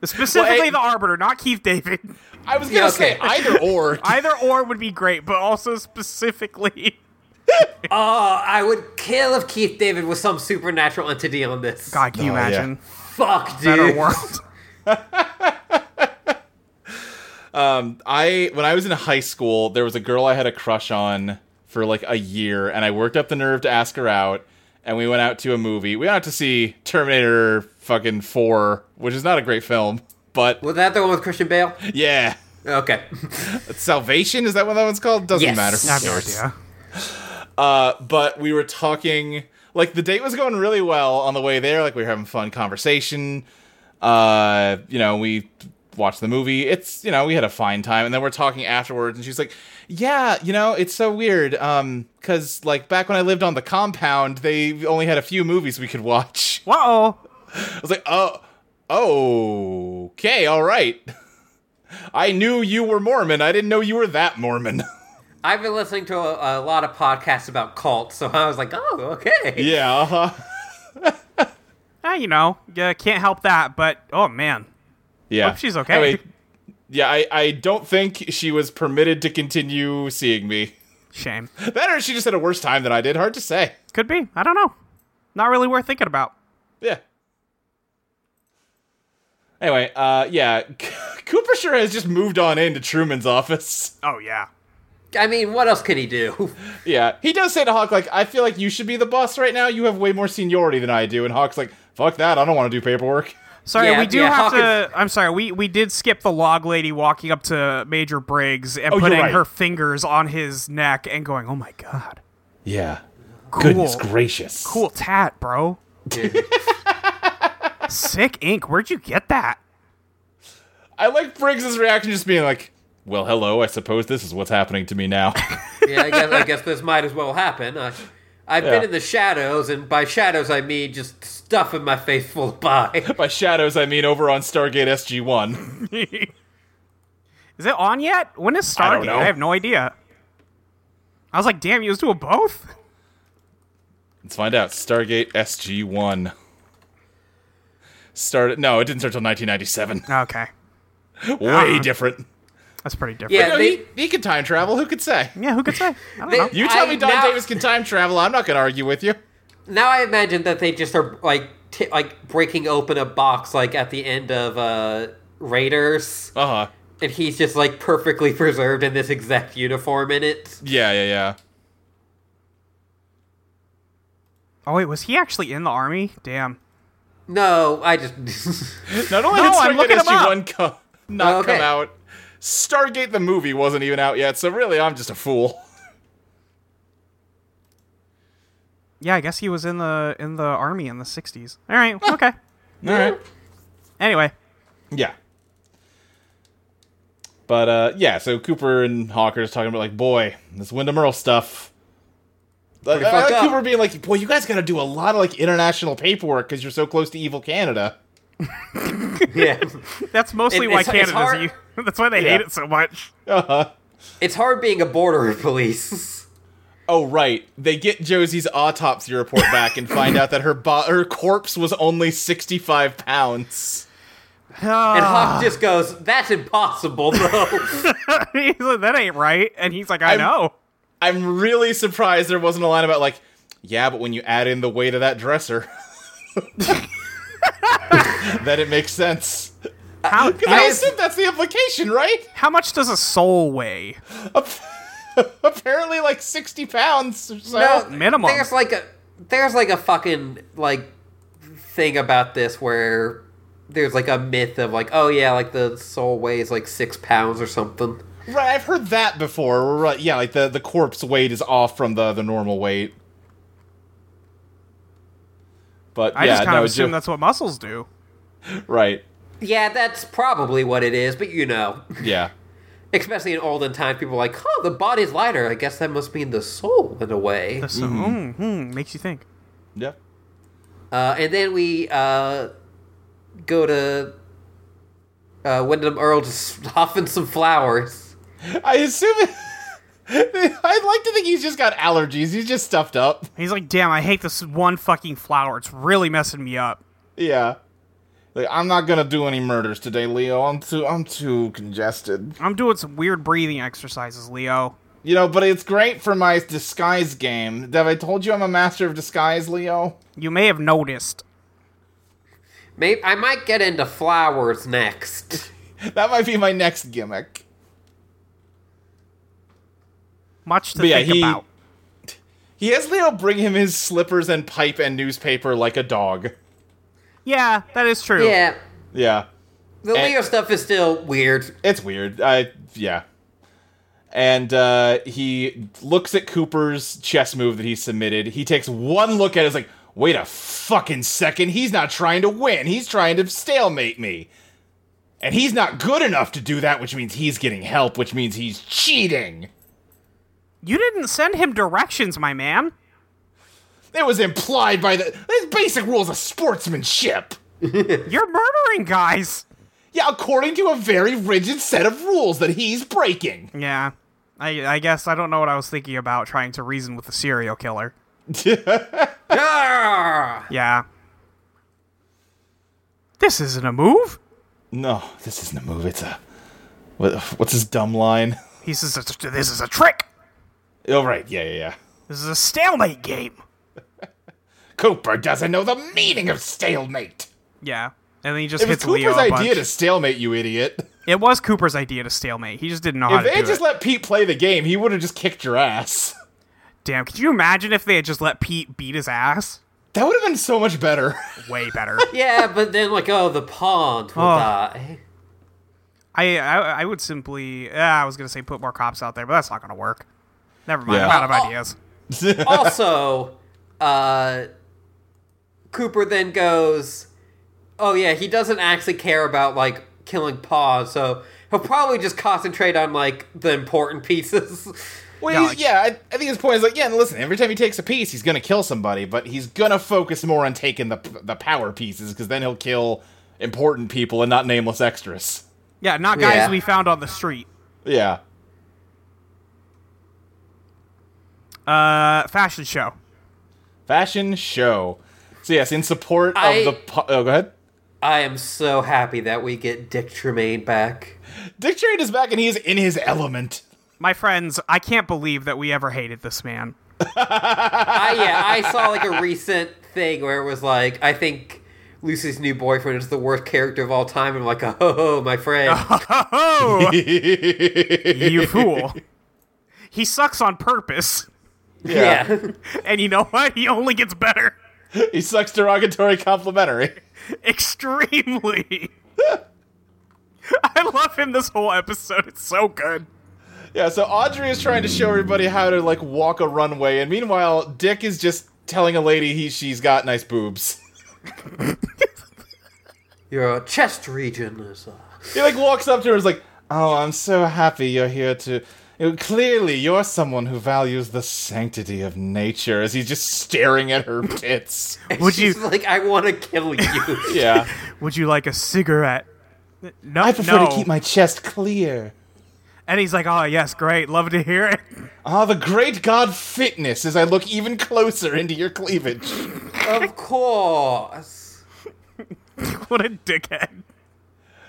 S2: Specifically,
S3: Well, I-
S2: the Arbiter, not Keith David.
S3: I was gonna
S1: Yeah,
S3: say
S1: okay.
S3: either or.
S2: Either or would be great, but also specifically. (laughs)
S1: oh, I would kill if Keith David was some supernatural entity on this.
S2: God, can you
S3: Oh, yeah.
S2: imagine?
S1: Fuck, dude.
S3: (laughs)
S2: Better world.
S3: I when I was in high school, there was a girl I had a crush on for like a year, and I worked up the nerve to ask her out. And we went out to a movie. We went out to see Terminator fucking four, which is not a great film, but
S1: Was that the one with Christian Bale?
S3: yeah,
S1: Okay. (laughs)
S3: Salvation is that what that one's called? Doesn't
S1: Yes.
S3: matter.
S2: I have no idea.
S3: Uh, but we were talking. Like the date was going really well on the way there. Like we were having fun conversation. Uh, you know, we watched the movie. It's you know we had a fine time, and then we're talking afterwards, and she's like, Yeah, you know, it's so weird. Um, cause like back when I lived on the compound, they only had a few movies we could watch. (laughs)
S2: Whoa.
S3: I was like, oh, oh, okay, all right. (laughs) I knew you were Mormon. I didn't know you were that Mormon. (laughs)
S1: I've been listening to a, a lot of podcasts about cults, so I was like, oh, okay.
S3: yeah, uh-huh.
S2: Ah, you know, yeah, can't help that. But oh man,
S3: yeah.
S2: Hope she's okay.
S3: Anyway, yeah, I, I don't think she was permitted to continue seeing me. (laughs)
S2: shame.
S3: That or she just had a worse time than I did. Hard to say.
S2: Could be. I don't know. Not really worth thinking about.
S3: Yeah. Anyway, uh, yeah, (laughs) Cooper sure has just moved on into Truman's office. (laughs)
S2: Oh yeah.
S1: I mean, what else could he do?
S3: Yeah, he does say to Hawk, like, I feel like you should be the boss right now. You have way more seniority than I do. And Hawk's like, fuck that. I don't want to do paperwork. (laughs)
S2: Sorry,
S1: Yeah,
S2: we do
S1: yeah,
S2: have
S1: Hawkins-
S2: to. I'm sorry, we, we did skip the log lady walking up to Major Briggs and
S3: Oh, you're
S2: putting
S3: right.
S2: her fingers on his neck and going, "Oh my god,
S3: Yeah.
S2: cool,
S3: Goodness gracious.
S2: cool tat, bro, (laughs) sick ink. Where'd you get that? (laughs)
S3: I like Briggs's reaction just being like, well, hello, I suppose this is what's happening to me now.
S1: yeah, I guess, I guess this might as well happen. I, I've
S3: Yeah.
S1: been in the shadows, and by shadows I mean just stuff in my face full of (laughs) pie.
S3: By shadows, I mean over on Stargate SG-1.
S2: Is it on yet? When is Stargate?
S3: I don't know.
S2: have no idea. I was like, damn, you was doing both. (laughs)
S3: Let's find out. Stargate SG-1. Started, no, it didn't start till (laughs) 1997.
S2: Okay,
S3: Way different.
S2: that's pretty different.
S1: Yeah,
S3: No,
S1: they,
S3: he, he can time travel. Who could say?
S2: Yeah, who could say? I don't
S1: They-
S2: know.
S3: You tell
S1: I-
S3: me Don
S1: now-
S3: Davis can time travel. I'm not going to argue with you.
S1: now I imagine that they just are like t- like breaking open a box like at the end of uh, Raiders,
S3: Uh huh.
S1: and he's just like perfectly preserved in this exact uniform in it.
S3: Yeah, yeah, yeah.
S2: Oh wait, was he actually in the army? Damn.
S1: No, I just (laughs)
S3: Not only
S2: No,
S3: did
S2: I'm
S3: Stargate
S2: looking him up.
S3: SG-1 co- not
S1: Okay.
S3: come out, Stargate the movie wasn't even out yet. So really, I'm just a fool.
S2: Yeah, I guess he was in the in the army in the '60s. All right, okay.
S3: All right.
S2: Anyway,
S3: Yeah. But uh, yeah, so Cooper and Hawker is talking about like, boy, this Wyndham Earl stuff. Like, I
S1: fucked
S3: like
S1: up.
S3: Cooper being like, boy, you guys got to do a lot of like international paperwork because you're so close to evil Canada. (laughs)
S1: yeah.
S2: that's mostly
S1: It-
S2: why
S1: it's- it's
S2: Canada's
S1: hard-
S2: you. (laughs) That's why they
S3: Yeah.
S2: hate it so much.
S1: It's hard being a border police.
S3: Oh right, they get Josie's autopsy report back and find out that her bo- her corpse was only 65 pounds.
S1: And
S3: Ah.
S1: Hawk just goes, "That's impossible, bro."
S2: (laughs) He's like, that ain't right. And he's like, I
S3: I'm-
S2: know.
S3: I'm really surprised there wasn't a line about like, yeah, but when you add in the weight of that dresser, (laughs) then it makes sense.
S2: How,
S3: I
S2: how-
S3: assume that's the implication, right? (laughs)
S2: how much does a soul weigh?
S3: Apparently, like 60 pounds or so.
S1: No,
S2: minimum.
S1: There's like a there's like a fucking like thing about this where there's like a myth of like, oh yeah, like the soul weighs like six pounds or something.
S3: Right, I've heard that before. Right, yeah, like the, the corpse weight is off from the, the normal weight. But yeah,
S2: I just kind
S3: no,
S2: of assume
S3: Jo-
S2: that's what muscles do.
S3: right.
S1: Yeah, that's probably what it is, but you know, (laughs)
S3: Yeah.
S1: especially in olden times, people are like, oh, the body's lighter. I guess that must mean the soul in a
S2: (laughs)
S1: way.
S2: So,
S3: Mm-hmm.
S2: mm mm, makes you think.
S3: Yeah.
S1: Uh, and then we uh, go to uh, Wyndham Earl (laughs) just huffing some flowers.
S3: I assume. (laughs) It- I'd like to think he's just got allergies. He's just stuffed up.
S2: He's like, damn, I hate this one fucking flower. It's really messing me up.
S3: Yeah. Like I'm not gonna do any murders today, Leo. I'm too I'm too congested.
S2: I'm doing some weird breathing exercises, Leo.
S3: You know, but it's great for my disguise game. Have I told you I'm a master of disguise, Leo?
S2: You may have noticed.
S1: Maybe I might get into flowers next.
S3: That might be my next gimmick.
S2: Much to
S3: But yeah,
S2: think
S3: he-
S2: about.
S3: He has Leo bring him his slippers and pipe and newspaper like a dog.
S2: Yeah, that is true.
S1: Yeah.
S3: Yeah.
S1: The
S3: And-
S1: Leo stuff is still weird.
S3: It's weird. I yeah. And uh, he looks at Cooper's chess move that he submitted. He takes one look at it, is like, wait a fucking second, he's not trying to win. He's trying to stalemate me. And he's not good enough to do that, which means he's getting help, which means he's cheating.
S2: You didn't send him directions, my man.
S3: It was implied by the there's basic rules of sportsmanship.
S2: You're murdering guys.
S3: Yeah, according to a very rigid set of rules that he's breaking. (laughs)
S2: Yeah. I, I guess I don't know what I was thinking about trying to reason with the serial killer.
S1: Arrgh!
S2: Yeah. This isn't a move.
S3: No, this isn't a move. It's a what, what's his dumb line? (laughs)
S2: He says it's- this is a trick.
S3: Oh right, yeah, yeah, yeah.
S2: This is a stalemate game.
S3: Cooper doesn't know the meaning of stalemate.
S2: Yeah. And then he just
S3: It was
S2: hits
S3: Cooper's
S2: Leo. a bunch.
S3: idea to stalemate, you idiot.
S2: It was Cooper's idea to stalemate. He just didn't know how
S3: If
S2: to
S3: they
S2: do
S3: had just
S2: it.
S3: let Pete play the game, he would have just kicked your ass.
S2: Damn, could you imagine if they had just let Pete beat his ass?
S3: That would have been so much better. (laughs)
S2: Way better.
S1: Yeah, but then like, oh, the pond will
S2: Oh.
S1: die.
S2: I, I I would simply ah, I was gonna say put more cops out there, but that's not gonna work. Never mind.
S3: Yeah.
S2: I'm out of
S1: Oh, oh.
S2: ideas.
S1: also, uh, Cooper then goes, "Oh yeah, he doesn't actually care about like killing paws, so he'll probably just concentrate on like the important pieces." (laughs)
S3: Well,
S2: Yeah,
S3: he's-
S2: like-
S3: yeah, I, I think his point is like, yeah, and listen, every time he takes a piece, he's gonna kill somebody, but he's gonna focus more on taking the the power pieces because then he'll kill important people and not nameless extras.
S2: Yeah, not guys
S1: Yeah.
S2: we found on the street.
S3: Yeah,
S2: Uh, fashion show.
S3: fashion show. So yes, in support
S1: I-
S3: of the. Po- oh, go ahead.
S1: I am so happy that we get Dick Tremaine back.
S3: Dick Trade is back and he is in his element. (laughs)
S2: My friends, I can't believe that we ever hated this man.
S1: I, yeah, I saw like a recent thing where it was like, I think Lucy's new boyfriend is the worst character of all time. I'm like, oh, my friend.
S2: Oh, you fool! He sucks on purpose,
S1: yeah.
S2: and you know what? He only gets better. (laughs)
S3: he sucks derogatory complimentary.
S2: Extremely. (laughs) I love him this whole episode. It's so good.
S3: Yeah, so Audrey is trying to show everybody how to like walk a runway, and meanwhile, Dick is just telling a lady he she's got nice boobs.
S1: Your chest region is. Uh,
S3: He like walks up to her and is like, "Oh, I'm so happy you're here to." You know, clearly, you're someone who values the sanctity of nature. As he's just staring at her tits.
S2: Would you
S1: she's like, I want to kill you.
S3: Yeah,
S2: Would you like a cigarette? No,
S3: I prefer
S2: no.
S3: to keep my chest clear.
S2: And he's like, "Oh yes, great, love to hear it." (laughs)
S3: Ah, the great god fitness! As I look even closer into your cleavage.
S1: Of course.
S2: what a dickhead! (laughs)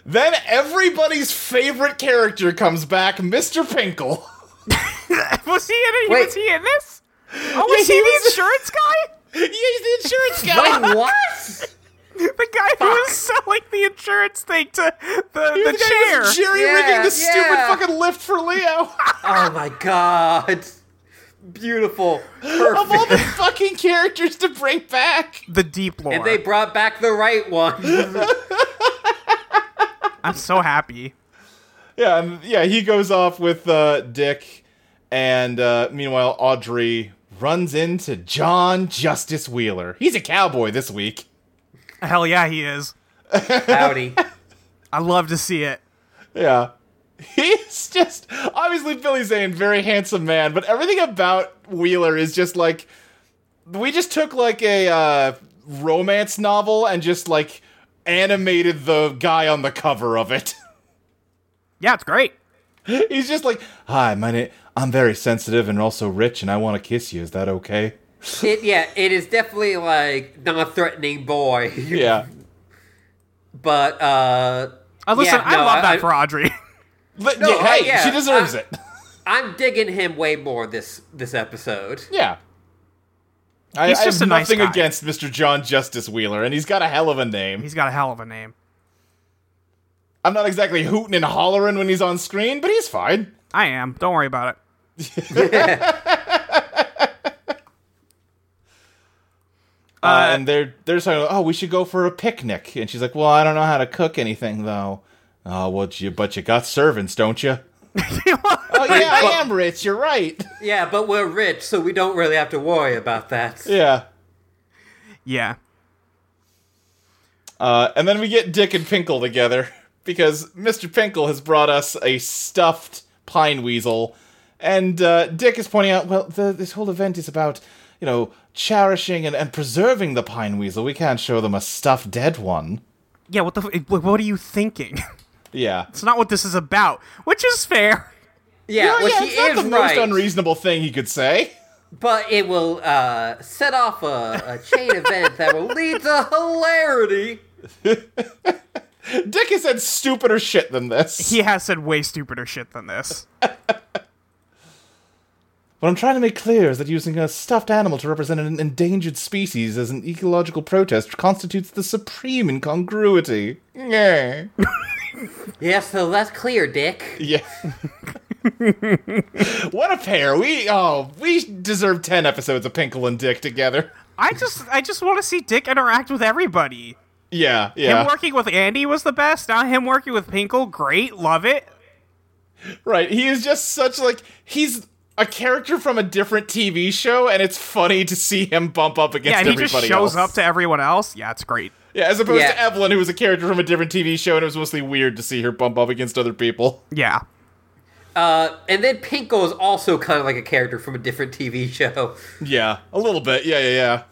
S3: Then everybody's favorite character comes back, Mr. Pinkle.
S2: was he in it?
S1: Wait.
S2: Was he in this? Oh, was
S3: Yeah,
S2: he,
S3: he
S2: the
S3: was-
S2: insurance guy?
S3: He's the insurance (laughs) guy.
S1: Wait, what?
S2: The guy who was selling the insurance thing to the,
S3: He's
S2: the
S3: the guy
S2: chair.
S3: who's Jerry
S1: Yeah,
S3: rigging the stupid
S1: yeah.
S3: fucking lift for Leo. (laughs)
S1: Oh my god. Beautiful.
S3: of all
S1: Perfect.
S3: the fucking characters to bring back.
S2: the deep lore.
S1: And they brought back the right one.
S2: I'm so happy.
S3: Yeah, and yeah, he goes off with uh, Dick, and uh, meanwhile Audrey runs into John Justice Wheeler. He's a cowboy this week.
S2: Hell yeah, he is.
S1: Howdy.
S2: I love to see it.
S3: Yeah. (laughs) He's just obviously Billy Zane, very handsome man, but everything about Wheeler is just like we just took like a uh, romance novel and just like animated the guy on the cover of it. (laughs)
S2: Yeah, it's great.
S3: He's just like, "Hi, my name. I'm very sensitive and also rich, and I want to kiss you. Is that okay?"
S1: It, yeah, it is definitely like non threatening boy. (laughs)
S3: Yeah.
S1: But, uh.
S2: Uh, listen,
S1: yeah,
S2: I
S1: no,
S2: love that
S1: I-
S2: for Audrey. (laughs)
S3: But,
S1: No,
S3: yeah,
S1: I-
S3: hey,
S1: yeah,
S3: she deserves
S1: I-
S3: it. (laughs)
S1: I'm digging him way more this this episode.
S3: Yeah. I,
S2: He's
S3: I
S2: just
S3: have
S2: a nice
S3: nothing
S2: guy.
S3: against Mr. John Justice Wheeler, and he's got a hell of a name.
S2: He's got a hell of a name.
S3: I'm not exactly hooting and hollering when he's on screen, but he's fine.
S2: I am. Don't worry about it.
S3: Uh, and they're they're just talking. Oh, we should go for a picnic. And she's like, "Well, I don't know how to cook anything though." Oh, well, you but you got servants, don't
S2: (laughs)
S3: you? oh yeah, I am rich. You're right.
S1: Yeah, but we're rich, so we don't really have to worry about that.
S3: yeah.
S2: Yeah.
S3: Uh, and then we get Dick and Pinkle together because Mr. Pinkle has brought us a stuffed pine weasel, And uh, Dick is pointing out, well, the, this whole event is about, you know, cherishing and, and preserving the pine weasel. We can't show them a stuffed dead one.
S2: Yeah, what the? f- What are you thinking? (laughs)
S3: Yeah.
S2: It's not what this is about, which is fair.
S1: Yeah,
S3: Oh,
S1: which
S3: yeah,
S1: he
S3: it's not
S1: is
S3: the
S1: right,
S3: most unreasonable thing he could say.
S1: but it will uh, set off a, a chain event that will lead to hilarity.
S3: Dick has said stupider shit than this.
S2: He has said way stupider shit than this.
S3: What I'm trying to make clear is that using a stuffed animal to represent an endangered species as an ecological protest constitutes the supreme incongruity. Yeah.
S1: Yeah, so that's clear, Dick.
S3: Yeah. (laughs) what a pair. We oh, we deserve 10 episodes of Pinkle and Dick together.
S2: I just, I just want to see Dick interact with everybody.
S3: Yeah,
S2: Him
S3: yeah.
S2: working with Andy was the best. Now him working with Pinkle, great, love it.
S3: Right. He is just such like he's a character from a different TV show and it's funny to see him bump up against
S2: Yeah, and he
S3: everybody
S2: just shows
S3: else.
S2: up to everyone else. Yeah, it's great.
S3: Yeah, as opposed to
S1: Yeah.
S3: Evelyn who was a character from a different TV show and it was mostly weird to see her bump up against other people.
S2: Yeah.
S1: Uh, and then Pinko is also kind of like a character from a different TV show.
S3: Yeah, a little bit. Yeah, yeah, yeah.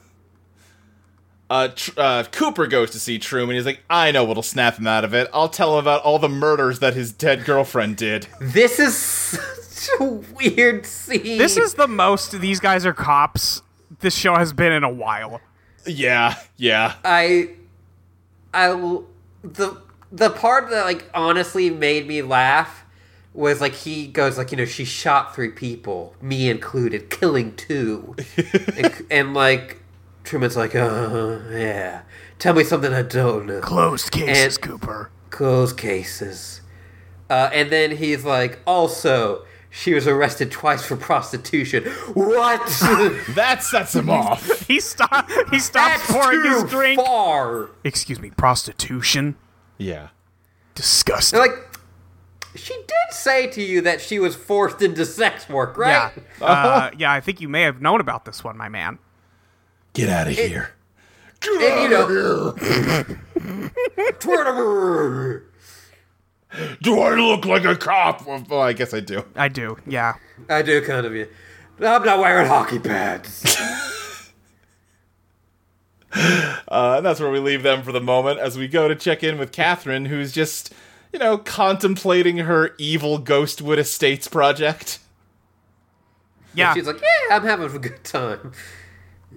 S3: Uh, tr- uh, Cooper goes to see Truman. He's like, I know what'll snap him out of it. I'll tell him about all the murders that his dead girlfriend did. (laughs)
S1: This is (laughs) such a weird scene.
S2: This is the most these guys are cops this show has been in a while.
S3: yeah, yeah.
S1: I, I l- the the part that like honestly made me laugh was like he goes like you know she shot three people, me included, killing two, and, and like Truman's like uh yeah, tell me something I don't know.
S2: Closed cases,
S1: And-
S2: Cooper.
S1: closed cases. Uh, and then he's like, also, she was arrested twice for prostitution. What?
S3: That sets him off.
S2: He stop he stops
S1: That's
S2: pouring his
S1: too
S2: drink.
S1: far.
S2: Excuse me, prostitution.
S3: (laughs) Yeah.
S1: (laughs)
S2: Disgusting.
S1: They're like, she did say to you that she was forced into sex work, right?
S2: Yeah. Uh, yeah, I think you may have known about this one, my man.
S3: Get out of here.
S1: And you know, Twitter.
S3: Do I look like a cop? Well, well, I guess I do.
S2: I do, yeah.
S1: (laughs) I do kind of you. I'm not wearing hockey pads.
S3: Uh, and that's where we leave them for the moment as we go to check in with Catherine, who's just, you know, contemplating her evil Ghostwood Estates project.
S2: Yeah.
S1: She's like, (laughs) yeah, I'm having a good time.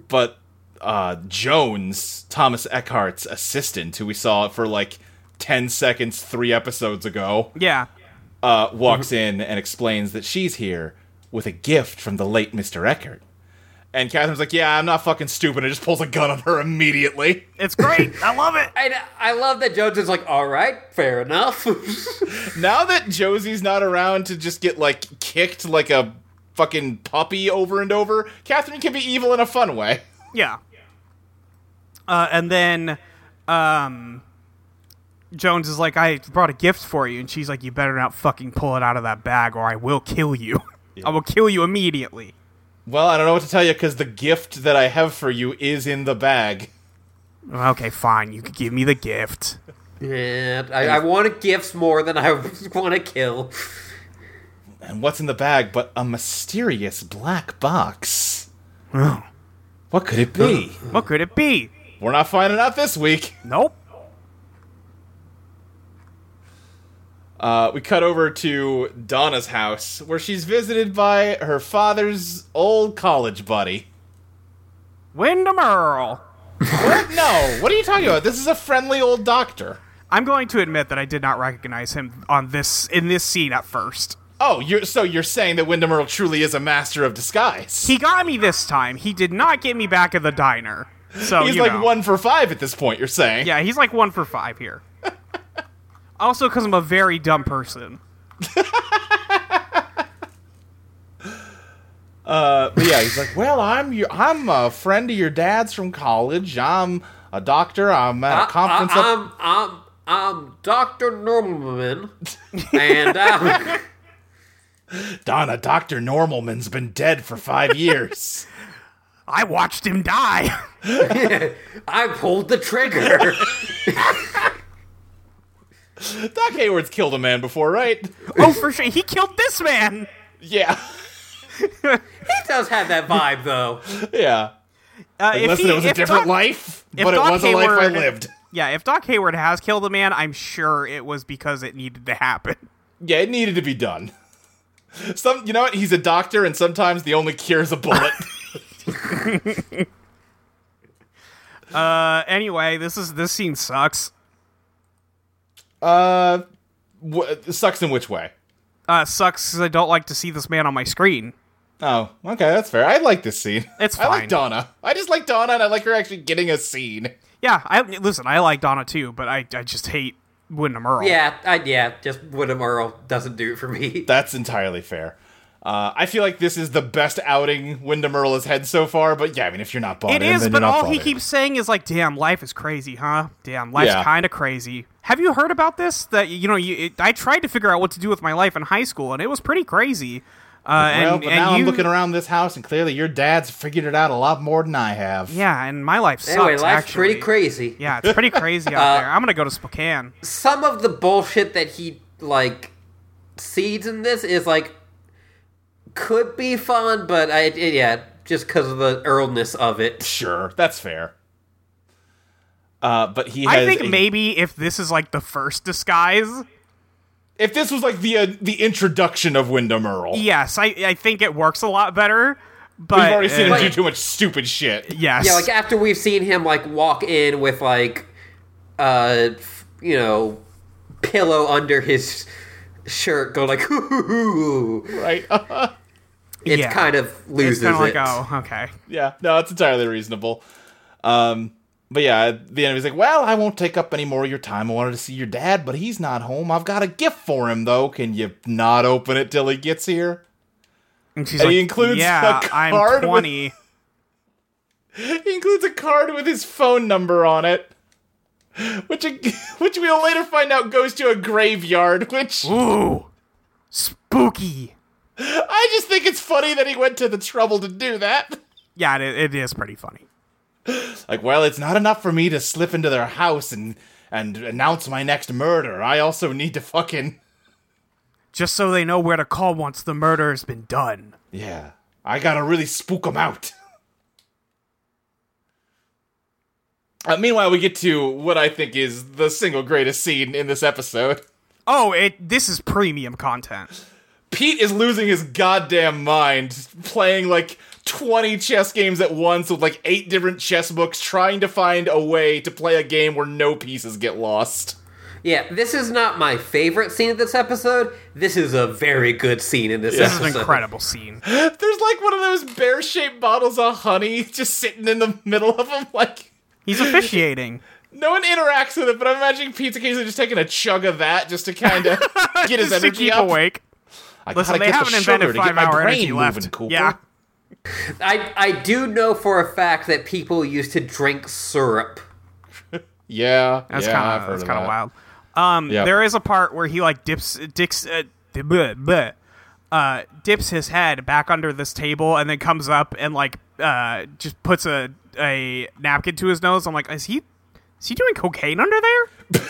S3: but uh, Jones, Thomas Eckhart's assistant, who we saw for like 10 seconds three episodes ago,
S2: yeah.
S3: uh, walks in and explains that she's here with a gift from the late Mr. Eckhart. And Catherine's like, Yeah, I'm not fucking stupid. And just pulls a gun on her immediately.
S2: It's great. I love it.
S1: And I love that Jones is like, all right, fair enough. (laughs)
S3: Now that Josie's not around to just get like kicked like a fucking puppy over and over, Catherine can be evil in a fun way.
S2: Yeah. Uh, and then um, Jones is like, I brought a gift for you. And she's like, You better not fucking pull it out of that bag or I will kill you. (laughs) I will kill you immediately.
S3: Well, I don't know what to tell you because the gift that I have for you is in the bag.
S2: Okay, fine. You can give me the gift. (laughs)
S1: Yeah, I, I want gifts more than I (laughs) want to kill.
S3: And what's in the bag but a mysterious black box? What could it be?
S2: What could it be?
S3: (laughs) We're not finding out this week.
S2: Nope.
S3: Uh, we cut over to Donna's house, where she's visited by her father's old college buddy.
S2: Wyndham Earl.
S3: What? No, what are you talking about? This is a friendly old doctor.
S2: I'm going to admit that I did not recognize him on this in this scene at first.
S3: Oh, you're, so you're saying that Wyndham Earl truly is a master of disguise?
S2: He got me this time. He did not get me back at the diner. So
S3: He's
S2: you
S3: like
S2: know.
S3: one for five at this point, you're saying?
S2: Yeah, he's like one for five
S3: (laughs)
S2: here. also, because I'm a very dumb person.
S3: Uh, But yeah, he's like, well, I'm your, I'm a friend of your dad's from college. I'm a doctor. I'm at a conference.
S1: I,
S3: up-
S1: am I'm, I'm Dr. Norman, and uh, I'm,
S3: Donna, Doctor Normalman's been dead for five (laughs) years.
S2: I watched him die.
S1: (laughs)
S2: (laughs)
S1: I pulled the trigger. (laughs)
S3: Doc Hayward's killed a man before, right?
S2: oh, for sure. He killed this man.
S3: Yeah.
S1: He does have that vibe, though.
S3: Yeah.
S2: Uh, if
S3: Unless
S2: he-
S3: it was a
S2: if
S3: different
S2: Doc-
S3: life,
S2: if
S3: but it
S2: Doc
S3: was a life
S2: Hayward-
S3: I lived.
S2: Yeah, if Doc Hayward has killed a man, I'm sure it was because it needed to happen. (laughs)
S3: Yeah, it needed to be done. Some, you know what? He's a doctor, and sometimes the only cure is
S2: (laughs)
S3: a bullet.
S2: Uh, anyway, this is this scene sucks.
S3: uh, wh- sucks in which way?
S2: Uh, sucks 'cause I don't like to see this man on my screen.
S3: Oh, okay, that's fair. I like this scene.
S2: It's
S3: I
S2: fine.
S3: like Donna. I just like Donna, and I like her actually getting a scene.
S2: Yeah, I listen. I like Donna too, but I, I just hate Wyndham Earl.
S1: Yeah, I, yeah, just Wyndham Earl doesn't do it for me.
S3: That's entirely fair. Uh, I feel like this is the best outing Wyndham Earl has had so far, but yeah, I mean, if you're not bothered,
S2: it is.
S3: then
S2: But
S3: you're not
S2: all he
S3: bothered.
S2: keeps saying is like, "Damn, life is crazy, huh? Damn, life's
S3: Yeah.
S2: kind of crazy." Have you heard about this? That you know, you it, I tried to figure out what to do with my life in high school, and it was pretty crazy. Uh,
S3: Well,
S2: and,
S3: but
S2: and
S3: now
S2: you-
S3: I'm looking around this house, and clearly your dad's figured it out a lot more than I have.
S2: (laughs) Yeah, and my life sucks.
S1: anyway, life's
S2: actually.
S1: pretty Uh, crazy.
S2: Yeah, it's pretty
S1: (laughs)
S2: crazy out there. I'm gonna go to Spokane.
S1: Some of the bullshit that he, like, seeds in this is, like, could be fun, but I, it- yeah, just because of the Earlness of it.
S3: Sure, that's fair. Uh, but he.
S2: I
S3: has
S2: think
S3: a-
S2: maybe if this is like the first disguise,
S3: if this was like the uh, the introduction of Wyndham Earl,
S2: yes, I, I think it works a lot better. But
S3: we've already seen
S2: uh,
S3: him do too much stupid shit.
S2: Yes.
S1: Yeah, like, after we've seen him, like, walk in with, like, uh, f- you know, pillow under his shirt, go like, (laughs) hoo hoo hoo.
S3: Right? (laughs)
S1: It's
S2: Yeah.
S1: kind of
S2: it's
S1: loses
S2: kind of like,
S1: it.
S2: oh, okay.
S3: yeah, no, it's entirely reasonable. Um, but yeah, at the end, he's like, "Well, I won't take up any more of your time. I wanted to see your dad, but he's not home. I've got a gift for him, though. Can you not open it till he gets here?"
S2: And she's
S3: And
S2: like,
S3: he includes
S2: yeah,
S3: a card
S2: I'm
S3: with-
S2: 20.
S3: He includes a card with his phone number on it, which (laughs) which we'll later find out goes to a graveyard. Which
S2: Ooh, spooky.
S3: I just think it's funny that he went to the trouble to do that.
S2: Yeah, it, it is pretty funny.
S3: Like, well, it's not enough for me to slip into their house and and announce my next murder. I also need to fucking
S2: Just so they know where to call once the murder has been done.
S3: yeah. I gotta really spook them out. Uh, meanwhile, we get to what I think is the single greatest scene in this episode.
S2: Oh, it. This is premium content.
S3: Pete is losing his goddamn mind playing like 20 chess games at once with like eight different chess books trying to find a way to play a game where no pieces get lost. (laughs)
S1: Yeah, this is not my favorite scene of this episode. This is a very good scene in this
S2: This is
S1: episode.
S2: an
S3: (laughs)
S2: incredible scene.
S3: There's like one of those bear shaped bottles of honey just sitting in the middle of them. Like,
S2: He's officiating.
S3: no one interacts with it, but I'm imagining Pete's occasionally just taking a chug of that just to kind
S2: (laughs)
S3: of get his
S2: Just to
S3: energy
S2: keep
S3: up.
S2: awake.
S3: I
S2: Listen,
S3: gotta
S2: they
S3: get the
S2: haven't
S3: sugar
S2: invented
S3: to get my
S2: five-hour
S3: brain
S2: energy left.
S3: moving, Cooper.
S2: Yeah.
S1: I I do know for a fact that people used to drink syrup.
S3: Yeah.
S2: That's
S3: yeah,
S2: kind
S3: I've
S2: of
S3: heard
S2: that's
S3: of
S2: kind of
S3: that.
S2: wild. Um,
S3: Yep.
S2: there is a part where he like dips dips uh, di- bleh, bleh, uh, dips his head back under this table and then comes up and like uh, just puts a a napkin to his nose. I'm like, is he is he doing cocaine under there?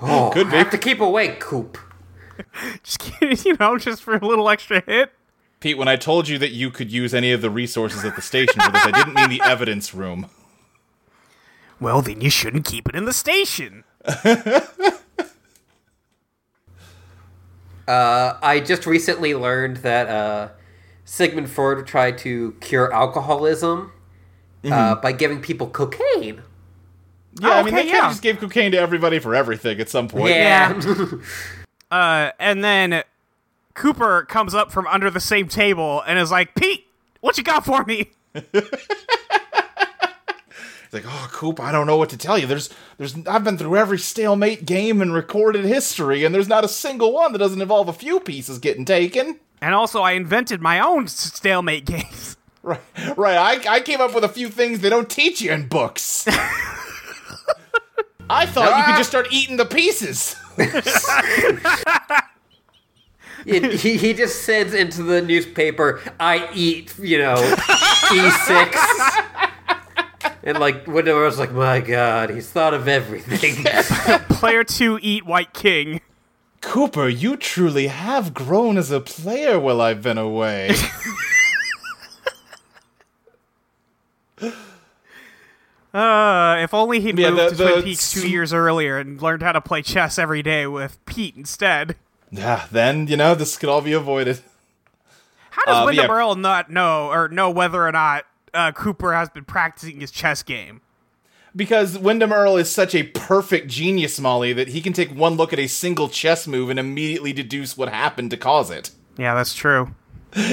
S1: Oh,
S3: Could be.
S1: I have to keep awake, Coop.
S2: Just kidding, (laughs) you know, just for a little extra hit.
S3: Pete, when I told you that you could use any of the resources at the station for this, I didn't mean the (laughs) evidence room.
S2: Well, then you shouldn't keep it in the station.
S1: I just recently learned that uh, Sigmund Freud tried to cure alcoholism uh, by giving people cocaine.
S2: Oh,
S3: Yeah, I mean, they
S2: okay,
S3: kind
S2: yeah.
S3: of just gave cocaine to everybody for everything at some point.
S1: Yeah,
S2: Uh, and then Cooper comes up from under the same table and is like, Pete, what you got for me?
S3: It's like, oh, Coop, I don't know what to tell you. There's, there's, I've been through every stalemate game in recorded history, and there's not a single one that doesn't involve a few pieces getting taken. (laughs)
S2: And also, I invented my own s- stalemate (laughs) games.
S3: Right, right. I, I came up with a few things they don't teach you
S2: (laughs)
S3: in books. I thought you
S2: Ah.
S3: could just start eating the pieces.
S1: It- he he just sends into the newspaper. I eat, you know, E six. And like Window was like, my God, he's thought of everything.
S2: Player two, eat white king.
S3: Cooper, you truly have grown as a player while I've been away.
S2: (laughs) Uh, if only he'd
S3: Yeah,
S2: moved to
S3: the-
S2: Twin
S3: the-
S2: Peaks two years earlier and learned how to play chess every day with Pete instead.
S3: yeah, Ah, then, you know, this could all be avoided.
S2: How does
S3: Uh, but
S2: Wyndham
S3: yeah.
S2: Earl not know or know whether or not uh, Cooper has been practicing his chess game?
S3: Because Wyndham Earl is such a perfect genius, Molly, that he can take one look at a single chess move and immediately deduce what happened to cause it.
S2: Yeah, that's true.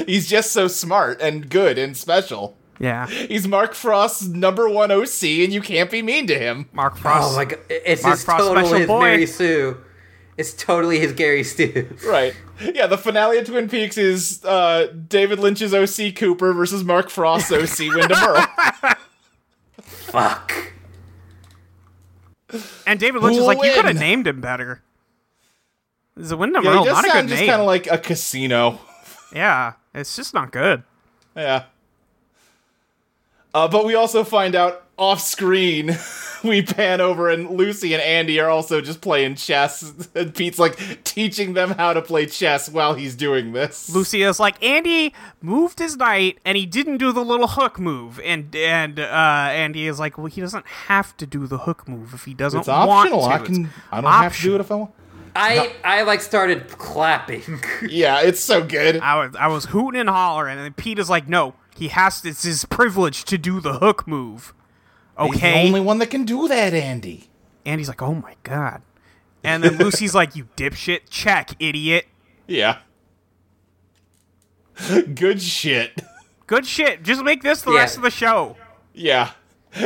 S3: He's just so smart and good and special.
S2: Yeah,
S3: He's Mark Frost's number one OC, and you can't be mean to him.
S2: Mark
S1: Oh
S2: Frost.
S1: my god, it's,
S2: Mark
S1: it's
S2: Frost
S1: totally
S2: special
S1: his
S2: boy.
S1: Mary Sue. It's totally his Gary Stu. (laughs)
S3: Right. Yeah, the finale of Twin Peaks is uh, David Lynch's OC Cooper versus Mark Frost's OC Wyndham
S2: (laughs)
S3: Earl.
S1: Fuck.
S2: and David Lynch
S3: Who
S2: is like, you could
S3: win?"
S2: have named him better. The Wyndham
S3: Yeah,
S2: Earl,
S3: he does
S2: not a
S3: sound
S2: good
S3: just
S2: name.
S3: kind of like a casino.
S2: yeah, it's just not good.
S3: Yeah. Uh, but we also find out off screen, (laughs) we pan over and Lucy and Andy are also just playing chess. (laughs) And Pete's like teaching them how to play chess while he's doing this.
S2: Lucia's like, Andy moved his knight and he didn't do the little hook move, and and uh, Andy is like, well, he doesn't have to do the hook move if he doesn't
S3: it's
S2: want to.
S3: optional. I can.
S2: It's
S3: I don't have to do it if I want.
S1: I I like started
S2: (laughs)
S1: clapping.
S3: Yeah, it's so good.
S2: I was, I was hooting and hollering, and then Pete is like, no, he has to, it's his privilege to do the hook move.
S3: He's
S2: Okay.
S3: the only one that can do that, Andy.
S2: and he's like, oh my God. And then Lucy's like, you dipshit, check, idiot.
S3: Yeah. (laughs) Good shit. (laughs)
S2: Good shit. Just make this the
S1: Yeah.
S2: rest of the show.
S3: Yeah.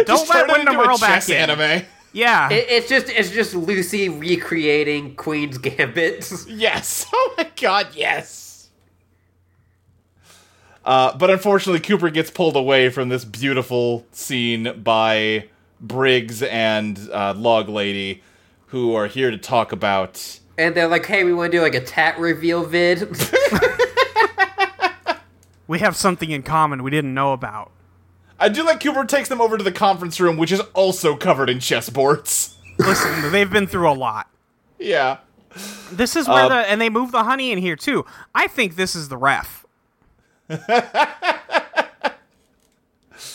S2: Don't let Wyndham Earl back in.
S3: anime.
S2: Yeah.
S1: It, it's just it's just Lucy recreating Queen's Gambit.
S3: Yes. (laughs) Oh my god, yes. Uh, but unfortunately, Cooper gets pulled away from this beautiful scene by Briggs and uh, Log Lady, who are here to talk about.
S1: And they're like, "Hey, we want to do like a tat reveal vid." (laughs)
S2: we have something in common we didn't know about.
S3: I do like Cooper takes them over to the conference room, which is also covered in chessboards. (laughs)
S2: Listen, (laughs) they've been through a lot.
S3: yeah.
S2: This is where
S3: Um,
S2: the and they move the honey in here too. I think this is the
S3: (laughs)
S2: ref.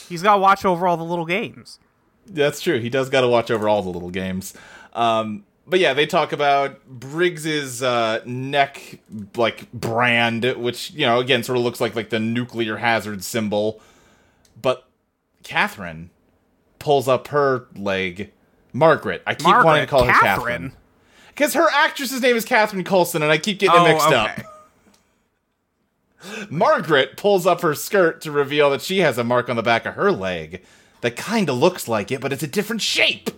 S2: He's got to watch over all the little games.
S3: That's true. He does got to watch over all the little games. Um, but yeah, they talk about Briggs's uh, neck like brand, which you know again sort of looks like like the nuclear hazard symbol. But Catherine pulls up her leg. Margaret. I keep wanting to
S2: Margaret,
S3: call her
S2: Catherine?
S3: Catherine because her actress's name is Catherine Colson, and I keep getting
S2: Oh,
S3: it mixed
S2: okay.
S3: up. (laughs) Margaret pulls up her skirt to reveal that she has a mark on the back of her leg that kind of looks like it, but it's a different shape.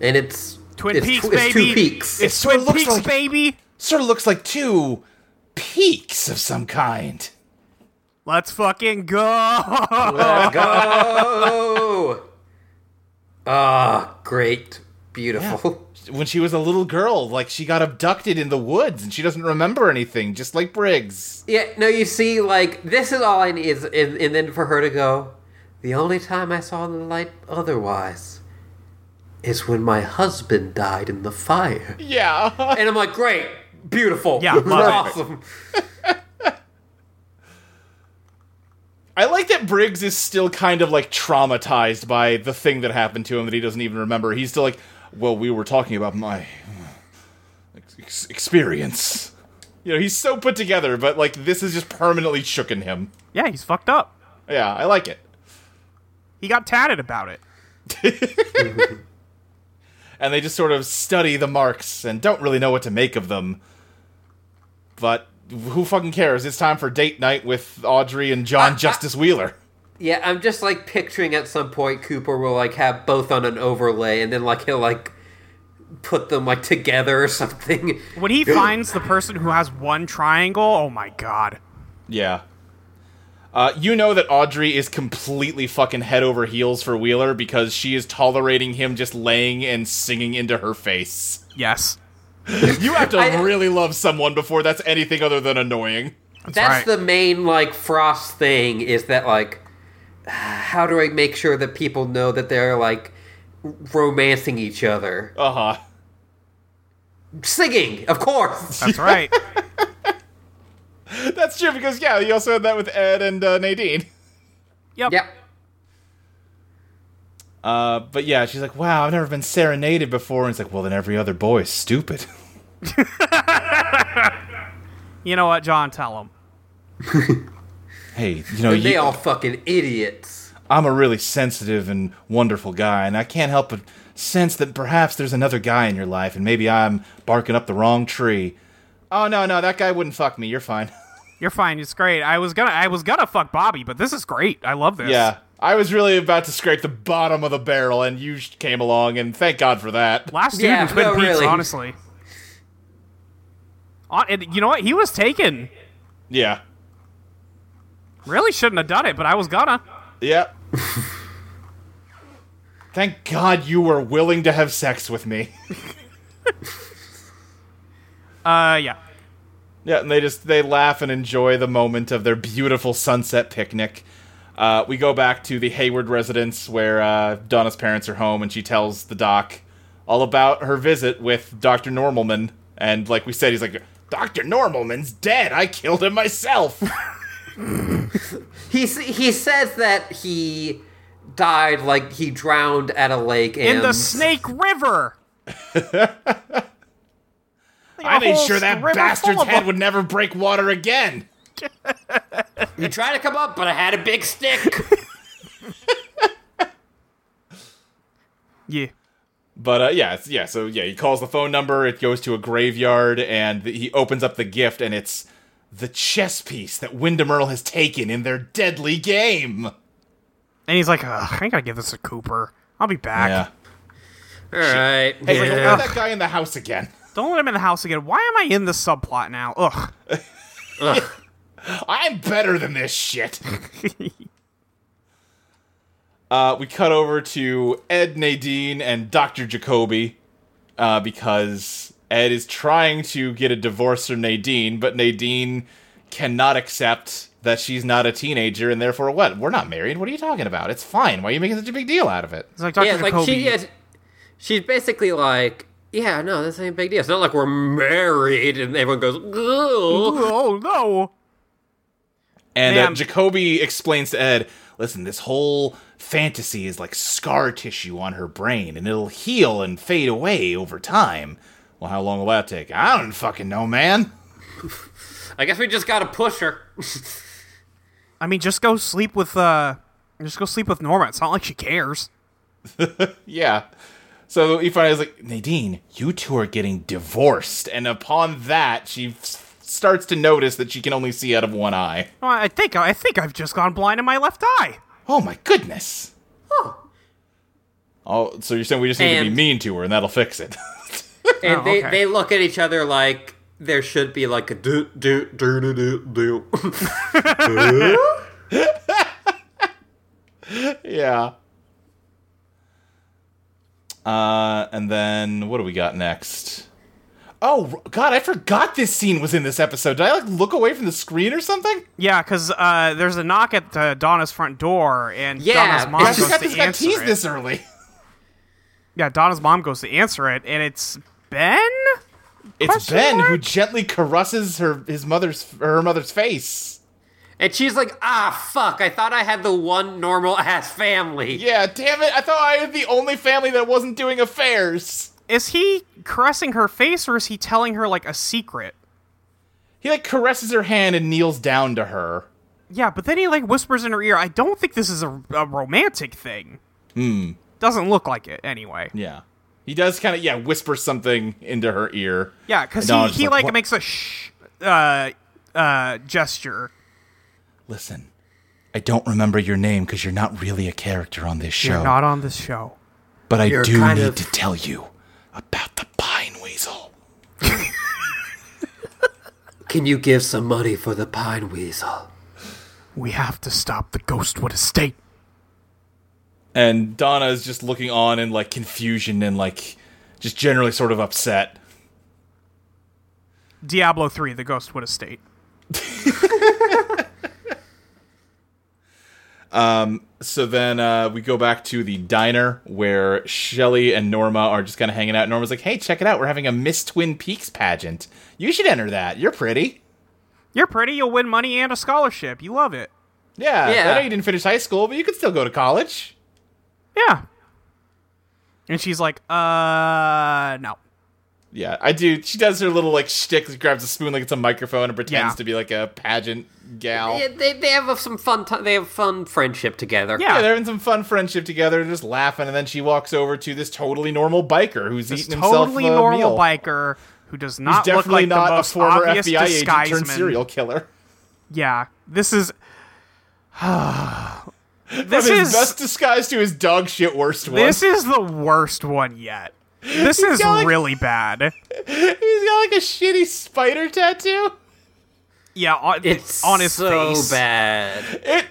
S1: and it's
S2: Twin
S1: it's,
S2: Peaks,
S1: tw- it's
S2: baby.
S1: two peaks.
S3: It sort of
S2: Twin
S3: looks
S2: Peaks,
S3: like
S2: baby.
S3: sort of looks like two peaks of some kind.
S2: Let's fucking go. (laughs)
S1: Let's go. Oh. Ah, great, beautiful.
S3: When she was a little girl, like she got abducted in the woods and she doesn't remember anything, just like Briggs.
S1: Yeah. no, you see, like this is all I need, is, and, and then for her to go. The only time I saw the light otherwise is when my husband died in the fire.
S3: Yeah.
S1: And I'm like, great, beautiful,
S2: Yeah, love it.
S1: awesome.
S3: (laughs) I like that Briggs is still kind of like traumatized by the thing that happened to him that he doesn't even remember. He's still like, well, we were talking about my uh, ex- experience. You know, he's so put together, but like this is just permanently shooken him.
S2: yeah, he's fucked up.
S3: Yeah, I like it.
S2: He got tatted about it.
S3: and they just sort of study the marks and don't really know what to make of them. But who fucking cares? It's time for date night with Audrey and John Justice Wheeler.
S1: Yeah, I'm just like picturing at some point Cooper will like have both on an overlay and then like he'll like put them like together or something.
S2: When he finds the person who has one triangle, oh my god.
S3: Yeah. Uh, you know that Audrey is completely fucking head over heels for Wheeler because she is tolerating him just laying and singing into her face.
S2: Yes.
S3: You have to
S1: I-
S3: really love someone before that's anything other than annoying.
S1: That's
S2: right.
S1: the main like Frost thing is that like (sighs) how do I make sure that people
S3: Uh-huh.
S1: know that they're like romancing each other?
S3: Uh huh.
S1: Singing, of
S2: (laughs)
S1: course.
S2: That's
S3: (laughs)
S2: right.
S3: That's true because yeah, you also had that with Ed and uh, Nadine.
S2: Yep.
S1: yep.
S3: Uh, but yeah, she's like, "Wow, I've never been serenaded before." And it's like, "Well, then every other boy is stupid." (laughs)
S2: You know what, John? Tell him.
S3: hey, you know,
S1: They
S3: you,
S1: all fucking idiots.
S3: I'm a really sensitive and wonderful guy, and I can't help but sense that perhaps there's another guy in your life, and maybe I'm barking up the wrong tree. Oh no, no, that guy wouldn't fuck me. You're fine. (laughs)
S2: You're fine. It's great. I was gonna, I was gonna fuck Bobby, but this is great. I love this.
S3: yeah, I was really about to scrape the bottom of the barrel, and you sh- came along, and thank God for that.
S2: Last
S1: Yeah,
S2: student's been
S1: no,
S2: Pete's,
S1: really.
S2: honestly. Hon- and you know what? He was taken.
S3: Yeah,
S2: Really shouldn't have done it, but I was gonna.
S3: yep. (laughs) thank God you were willing to have sex with me.
S2: Uh, yeah.
S3: Yeah, and they just they laugh and enjoy the moment of their beautiful sunset picnic. Uh, we go back to the Hayward residence where uh, Donna's parents are home, and she tells the doc all about her visit with Doctor Normalman. And like we said, he's like, "Doctor Normalman's dead. I killed
S2: (laughs)
S3: him myself."
S1: He s- he says that he died like he drowned at a lake and
S2: In the Snake River.
S3: (laughs) I made
S2: whole
S3: sure that
S2: river full
S3: bastard's
S2: of
S3: head
S2: them.
S3: would never break water again.
S1: He tried to come up, but I had a big stick.
S2: Yeah.
S3: But uh, yeah, it's- yeah. So yeah, he calls the phone number. It goes to a graveyard, and the, he opens up the gift, and it's the chess piece that Wyndham Earl has taken in their deadly game.
S2: And he's like, Ugh, I gotta give this to Cooper. I'll be back.
S1: All right.
S3: It's like,
S1: yeah.
S3: "Let that guy in the house again.
S2: Don't let him in the house again. Why am I in this subplot now? Ugh.
S3: I'm better than this shit. uh, we cut over to Ed, Nadine, and Doctor Jacoby uh, because Ed is trying to get a divorce from Nadine, but Nadine cannot accept that she's not a teenager and therefore what? We're not married. What are you talking about? It's fine. Why are you making such a big deal out of it?
S2: It's like Dr.
S1: Yeah, like
S2: Jacoby.
S1: she yeah, she's basically like, yeah, no, this ain't a big deal. It's not like we're married, and everyone goes, "Ugh."
S2: (laughs) oh no.
S3: And uh,
S2: Ma'am.
S3: Jacoby explains to Ed, listen, this whole fantasy is like scar tissue on her brain, and it'll heal and fade away over time. Well, how long will that take? I don't fucking know, man.
S1: I guess we just gotta push
S2: (laughs)
S1: her.
S2: I mean, just go sleep with uh, just go sleep with Norma. It's not like she cares.
S3: Yeah. So he finally is like, Nadine, you two are getting divorced. And upon that, she f- starts to notice that she can only see out of one eye.
S2: Well, I think I think I've just gone blind in my left eye.
S3: Oh my goodness.
S1: Huh.
S3: Oh, so you're saying we just need to be
S1: And-
S3: mean to her and that'll fix it. (laughs)
S1: And
S2: Oh,
S1: they,
S2: okay.
S1: they look at each other like there should be like a do do do do do do. (laughs)
S3: Yeah. Uh, and then what do we got next? Oh God, I forgot this scene was in this episode. Did I like look away from the screen or something?
S2: Yeah, because uh, there's a knock at uh, Donna's front door, and
S1: Yeah,
S2: Donna's mom
S1: I
S3: I
S2: goes
S1: forgot
S3: forgot
S2: to
S3: this guy
S2: answer
S3: teased
S2: it.
S3: this early.
S2: Yeah, Donna's mom goes to answer it, and it's Ben.
S3: It's
S2: Question
S3: Ben who
S2: mark?
S3: gently caresses her his mother's her mother's face.
S1: and she's like, ah, fuck! I thought I had the one normal (laughs) ass family.
S3: Yeah, damn it! I thought I was the only family that wasn't doing affairs.
S2: Is he caressing her face, or is he telling her like a secret?
S3: He like caresses her hand and kneels down to her.
S2: Yeah, but then he like whispers in her ear. I don't think this is a, a romantic thing. Hmm. Doesn't look like it anyway.
S3: Yeah, he does kind of yeah whisper something into her ear.
S2: Yeah, because
S3: And
S2: he,
S3: Donna's
S2: he
S3: like,
S2: like
S3: "What?"
S2: makes a shh uh, uh, gesture.
S3: Listen, I don't remember your name because you're not really a character on this show.
S2: You're not on this show.
S3: but I
S1: You're
S3: do
S1: kind
S3: need
S1: of-
S3: to tell you about the pine weasel.
S1: Can you give some money for the pine weasel?
S2: We have to stop the Ghostwood Estate.
S3: And Donna is just looking on in like confusion and like just generally sort of upset.
S2: Diablo 3, the Ghostwood Estate.
S3: Um, so then uh, we go back to the diner where Shelly and Norma are just kind of hanging out. Norma's like, "Hey, check it out! We're having a Miss Twin Peaks pageant. You should enter that. You're pretty.
S2: You're pretty. You'll win money and a scholarship. You love it.
S3: Yeah, I
S1: Yeah.
S3: know you didn't finish high school, but you could still go to college.
S2: Yeah. And she's like, uh, no.
S3: Yeah, I do. She does her little like shtick, she grabs a spoon like it's a microphone and pretends
S2: Yeah.
S3: to be like a pageant
S2: Oh.
S3: gal.
S1: Yeah, they, they have some fun. ti they have fun friendship together.
S2: Yeah.
S3: Yeah, they're having some fun friendship together, They're just laughing, and then she walks over to this totally normal biker who's
S2: This
S3: eating himself
S2: totally
S3: a
S2: normal
S3: meal.
S2: biker who does
S3: He's
S2: not look
S3: definitely
S2: like
S3: not
S2: the
S3: a
S2: most
S3: former
S2: obvious
S3: FBI agent turned
S2: disguiseman.
S3: serial killer.
S2: Yeah. This is. (sighs) this
S3: From his
S2: is
S3: best disguise to his dog shit worst one.
S2: this is the worst one yet. This is
S3: going-
S2: really bad.
S3: (laughs) He's got like a shitty spider tattoo.
S2: Yeah, on,
S1: it's
S2: on his
S1: so
S2: face.
S1: bad.
S3: It.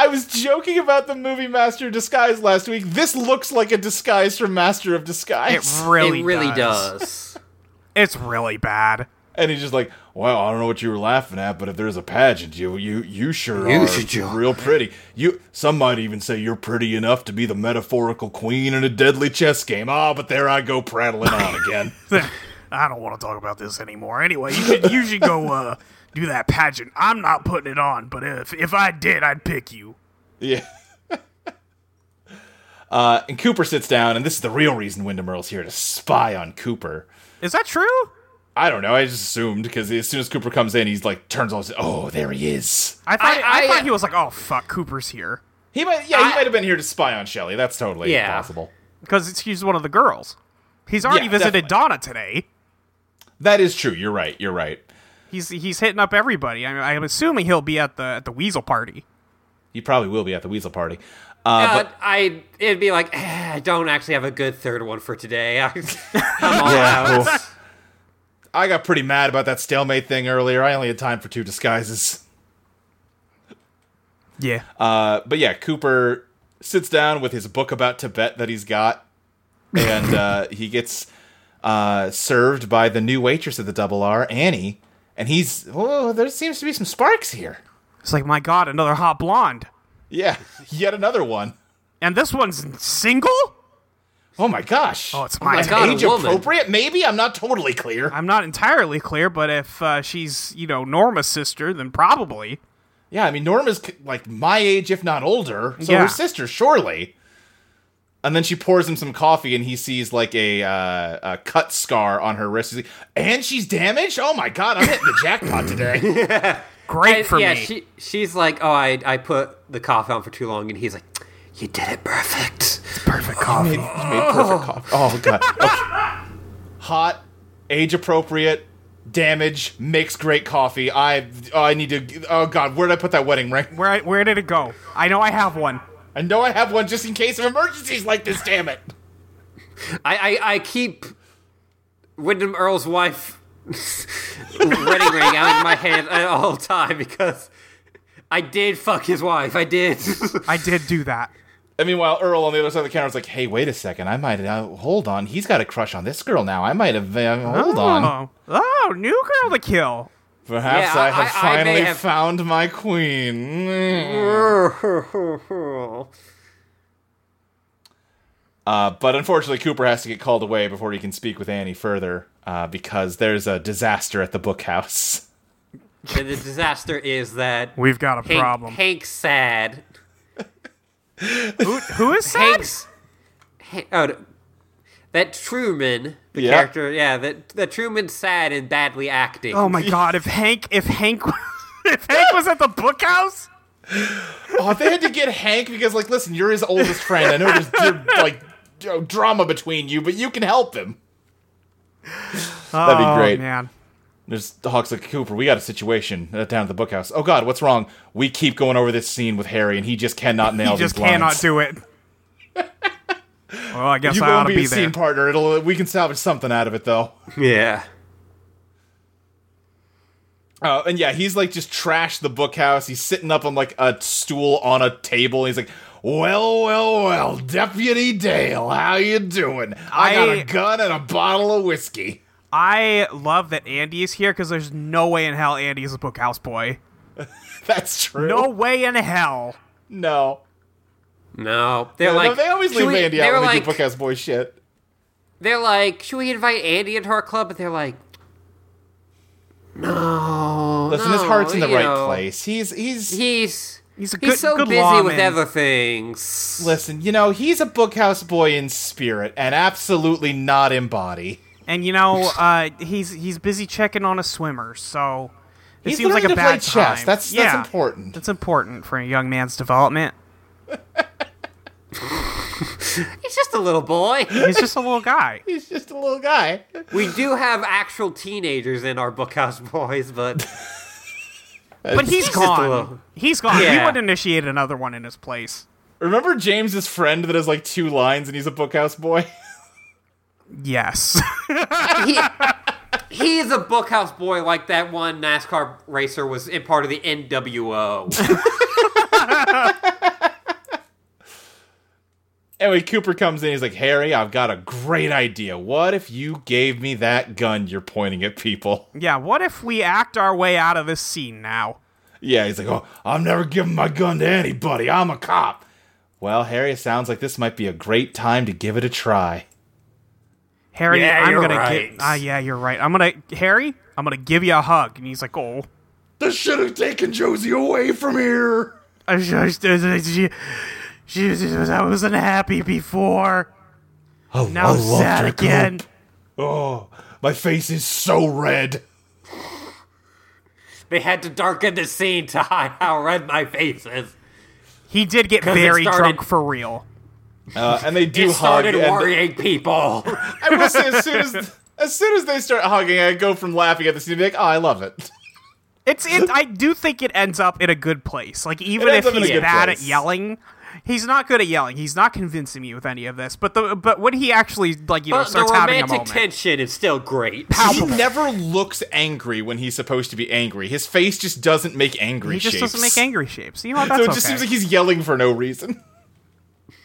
S3: I was joking about the movie Master of Disguise last week. This looks like a disguise from Master of
S2: It
S3: Disguise.
S2: really,
S1: it really
S2: does.
S1: does.
S2: (laughs) It's really bad. (laughs)
S3: And he's just like, "Well, I don't know what you were laughing at, but if there's a pageant, you you you sure
S1: You
S3: are
S1: should jo-
S3: real pretty. You some might even say you're pretty enough to be the metaphorical queen in a deadly chess game. Ah, but there I go prattling on
S1: (laughs)
S3: again.
S2: I don't want to talk about this anymore. Anyway, you should, you should go uh, do that pageant. I'm not putting it on, but if if I did, I'd pick you.
S3: yeah. (laughs) Uh, and Cooper sits down, and this is the real reason Wyndham Earl's here to spy on Cooper.
S2: Is that true?
S3: I don't know. I just assumed because as soon as Cooper comes in, he's like turns on. Oh, there he is.
S2: I thought I,
S1: I-
S2: thought
S1: I-
S2: he was like, oh fuck, Cooper's here
S3: He might. Yeah, he
S1: I-
S3: might have been here to spy on Shelly. That's totally
S1: Yeah.
S3: possible.
S2: because he's one of the girls. He's already
S3: Yeah,
S2: visited Donna
S3: definitely.
S2: today.
S3: That is true. You're right. You're right.
S2: He's he's hitting up everybody. I mean, I'm assuming he'll be at the at the Weasel party.
S3: He probably will be at the Weasel party. Uh,
S1: Uh,
S3: but
S1: I it'd be like "Eh, I don't actually have a good third one for today. (laughs) I, am all out.
S2: (laughs)
S3: well, I got pretty mad about that stalemate thing earlier. I only had time for two disguises.
S2: Yeah,
S3: Uh, but yeah, Cooper sits down with his book about Tibet that he's got, and uh,
S2: (laughs)
S3: he gets uh, served by the new waitress at the Double R, Annie. And he's oh, there seems to be some sparks here.
S2: it's like my god, another hot blonde,
S3: Yeah, (laughs) yet another one.
S2: and this one's single.
S3: Oh my gosh.
S2: Oh, it's my
S3: Like
S1: God, a
S3: age
S1: woman.
S3: appropriate? Maybe I'm not totally clear.
S2: I'm not entirely clear, but if uh, she's you know Norma's sister, then probably.
S3: Yeah, I mean Norma's c- like my age, if not older, so
S2: Yeah.
S3: her sister surely. And then she pours him some coffee, and he sees like a, uh, a cut scar on her wrist. He's like, and she's damaged. Oh my god, I'm hitting the jackpot today.
S2: Great
S1: And,
S2: for
S1: Uh, yeah,
S2: me.
S1: she she's like, oh, I I put the cough on for too long, and he's like, you did it perfect.
S2: Perfect coffee.
S3: She made perfect coffee. Oh god, Okay. hot, age appropriate, damage makes great coffee. I oh, I need to. Oh god, where did I put that wedding ring?
S2: Where I, where did it go? I know I have one.
S3: I know I have one just in case of emergencies like this. Damn it.
S1: I I, I keep Wyndham Earl's wife (laughs) wedding ring out in my hand at all time because I did fuck his wife. I did. (laughs)
S2: I did do that.
S3: And meanwhile, Earl on the other side of the counter is like, "Hey, wait a second. I might uh, hold on. He's got a crush on this girl now. I might have uh, hold on.
S2: Oh, oh, new girl to kill.
S3: Perhaps
S1: Yeah,
S3: I have
S1: I- I- I may
S3: finally
S1: have-
S3: found my queen." Mm. Uh, but unfortunately, Cooper has to get called away before he can speak with Annie further uh, because there's a disaster at the bookhouse. (laughs)
S1: and the disaster is that
S2: We've got a
S1: Hank,
S2: problem.
S1: Hank's sad.
S2: Who, who is sad?
S1: Hank's. Han- oh, no. that Truman, the
S3: Yeah.
S1: character, yeah, that that Truman's sad and badly acting.
S2: Oh my god! If Hank, if Hank, (laughs) if Hank was at the bookhouse,
S3: oh, they had to get Hank because, like, listen, you're his oldest friend. I know there's dear, like you know, drama between you, but you can help him. That'd be
S2: oh,
S3: great.
S2: man.
S3: There's the Hawks like Cooper. We got a situation uh, down at the bookhouse. Oh God, what's wrong? We keep going over this scene with Harry, and he just cannot nail.
S2: He just
S3: these lines.
S2: cannot
S1: (laughs)
S2: do it. well, I guess
S3: You
S2: I
S3: go
S2: ought
S3: and
S2: to
S3: be,
S2: be
S3: a
S2: there.
S3: scene partner. It'll uh, we can salvage something out of it though.
S1: yeah.
S3: Uh, and yeah, he's like just trashed the bookhouse. He's sitting up on like a stool on a table. And he's like, "Well, well, well, Deputy Dale, how you doing? I, got
S2: I-
S3: a gun and a bottle of whiskey." (laughs)
S2: I love that Andy is here because there's no way in hell Andy is a bookhouse boy.
S3: That's true.
S2: No way in hell.
S3: No.
S1: No, they're
S3: No,
S1: like
S3: they always
S1: "Should
S3: leave
S1: we-"
S3: Andy
S1: they
S3: out
S1: were
S3: when
S1: like,
S3: they do book ass boy shit.
S1: They're like, should we invite Andy into our club? But they're like, no.
S3: Listen,
S1: no,
S3: his heart's in the
S1: you
S3: right
S1: know,
S3: place. He's he's
S1: He's
S2: He's a good-
S1: he's so
S2: good
S1: busy with
S2: lawman.
S1: other things.
S3: listen, you know, he's a bookhouse boy in spirit and absolutely not in body.
S2: And you know, uh, he's he's busy checking on a swimmer, so it
S3: He's
S2: seems like a
S3: learning to
S2: bad
S3: play
S2: time.
S3: chess. That's- that's
S2: Yeah.
S3: important.
S2: That's important for a young man's development.
S1: He's just a little boy.
S2: He's just a little
S3: (laughs)
S2: guy.
S3: He's just a little guy.
S1: we do have actual teenagers in our Bookhouse Boys, but
S2: But he's
S1: He's just a
S2: gone.
S1: little-
S2: He's gone. We
S1: Yeah.
S2: would initiate another one in his place.
S3: Remember James's friend that has like two lines and he's a bookhouse boy? (laughs)
S2: Yes. (laughs)
S1: he, he's a Bookhouse Boy like that one NASCAR racer was in part of the NWO.
S3: Anyway, Cooper comes in. He's like, Harry, I've got a great idea. What if you gave me that gun you're pointing at people? (laughs)
S2: yeah. What if we act our way out of this scene now?
S3: Yeah, he's like, oh, I'm never giving my gun to anybody. I'm a cop. Well, Harry, it sounds like this might be a great time to give it a try.
S2: Harry,
S1: Yeah,
S2: I'm
S1: you're
S2: gonna
S1: right.
S2: get. Ah, yeah, you're right. I'm gonna Harry. I'm gonna give you a hug, and he's like, "Oh, (laughs)
S3: This should have taken Josie away from here.
S2: I just, she, she, she, I wasn't happy before.
S3: Oh,
S2: Now I'm sad again."
S3: Oh, my face is so red.
S1: they had to darken the scene to hide how red my face is.
S2: He did get
S1: 'Cause it
S2: very
S1: started-
S2: drunk for real.
S3: Uh, and they do
S1: It
S3: hug.
S1: started
S3: and-
S1: worrying people.
S3: I will say, as soon (laughs) as as soon as they start hugging, I go from laughing at the scene to be like, oh, I love it.
S2: It's it. I do think it ends up in a good place. Like even if
S3: It ends up in a
S2: he's
S3: good
S2: bad
S3: place.
S2: at yelling, he's not good at yelling. He's not convincing me with any of this. But the but when he actually like you know
S1: But the
S2: starts having a
S1: romantic
S2: moment,
S1: tension is still great.
S3: He never looks angry when he's supposed to be angry. His face just doesn't make angry.
S2: he just
S3: shapes.
S2: doesn't make angry shapes. You know what?
S3: So
S2: That's
S3: it just
S2: okay.
S3: seems like he's yelling for no reason.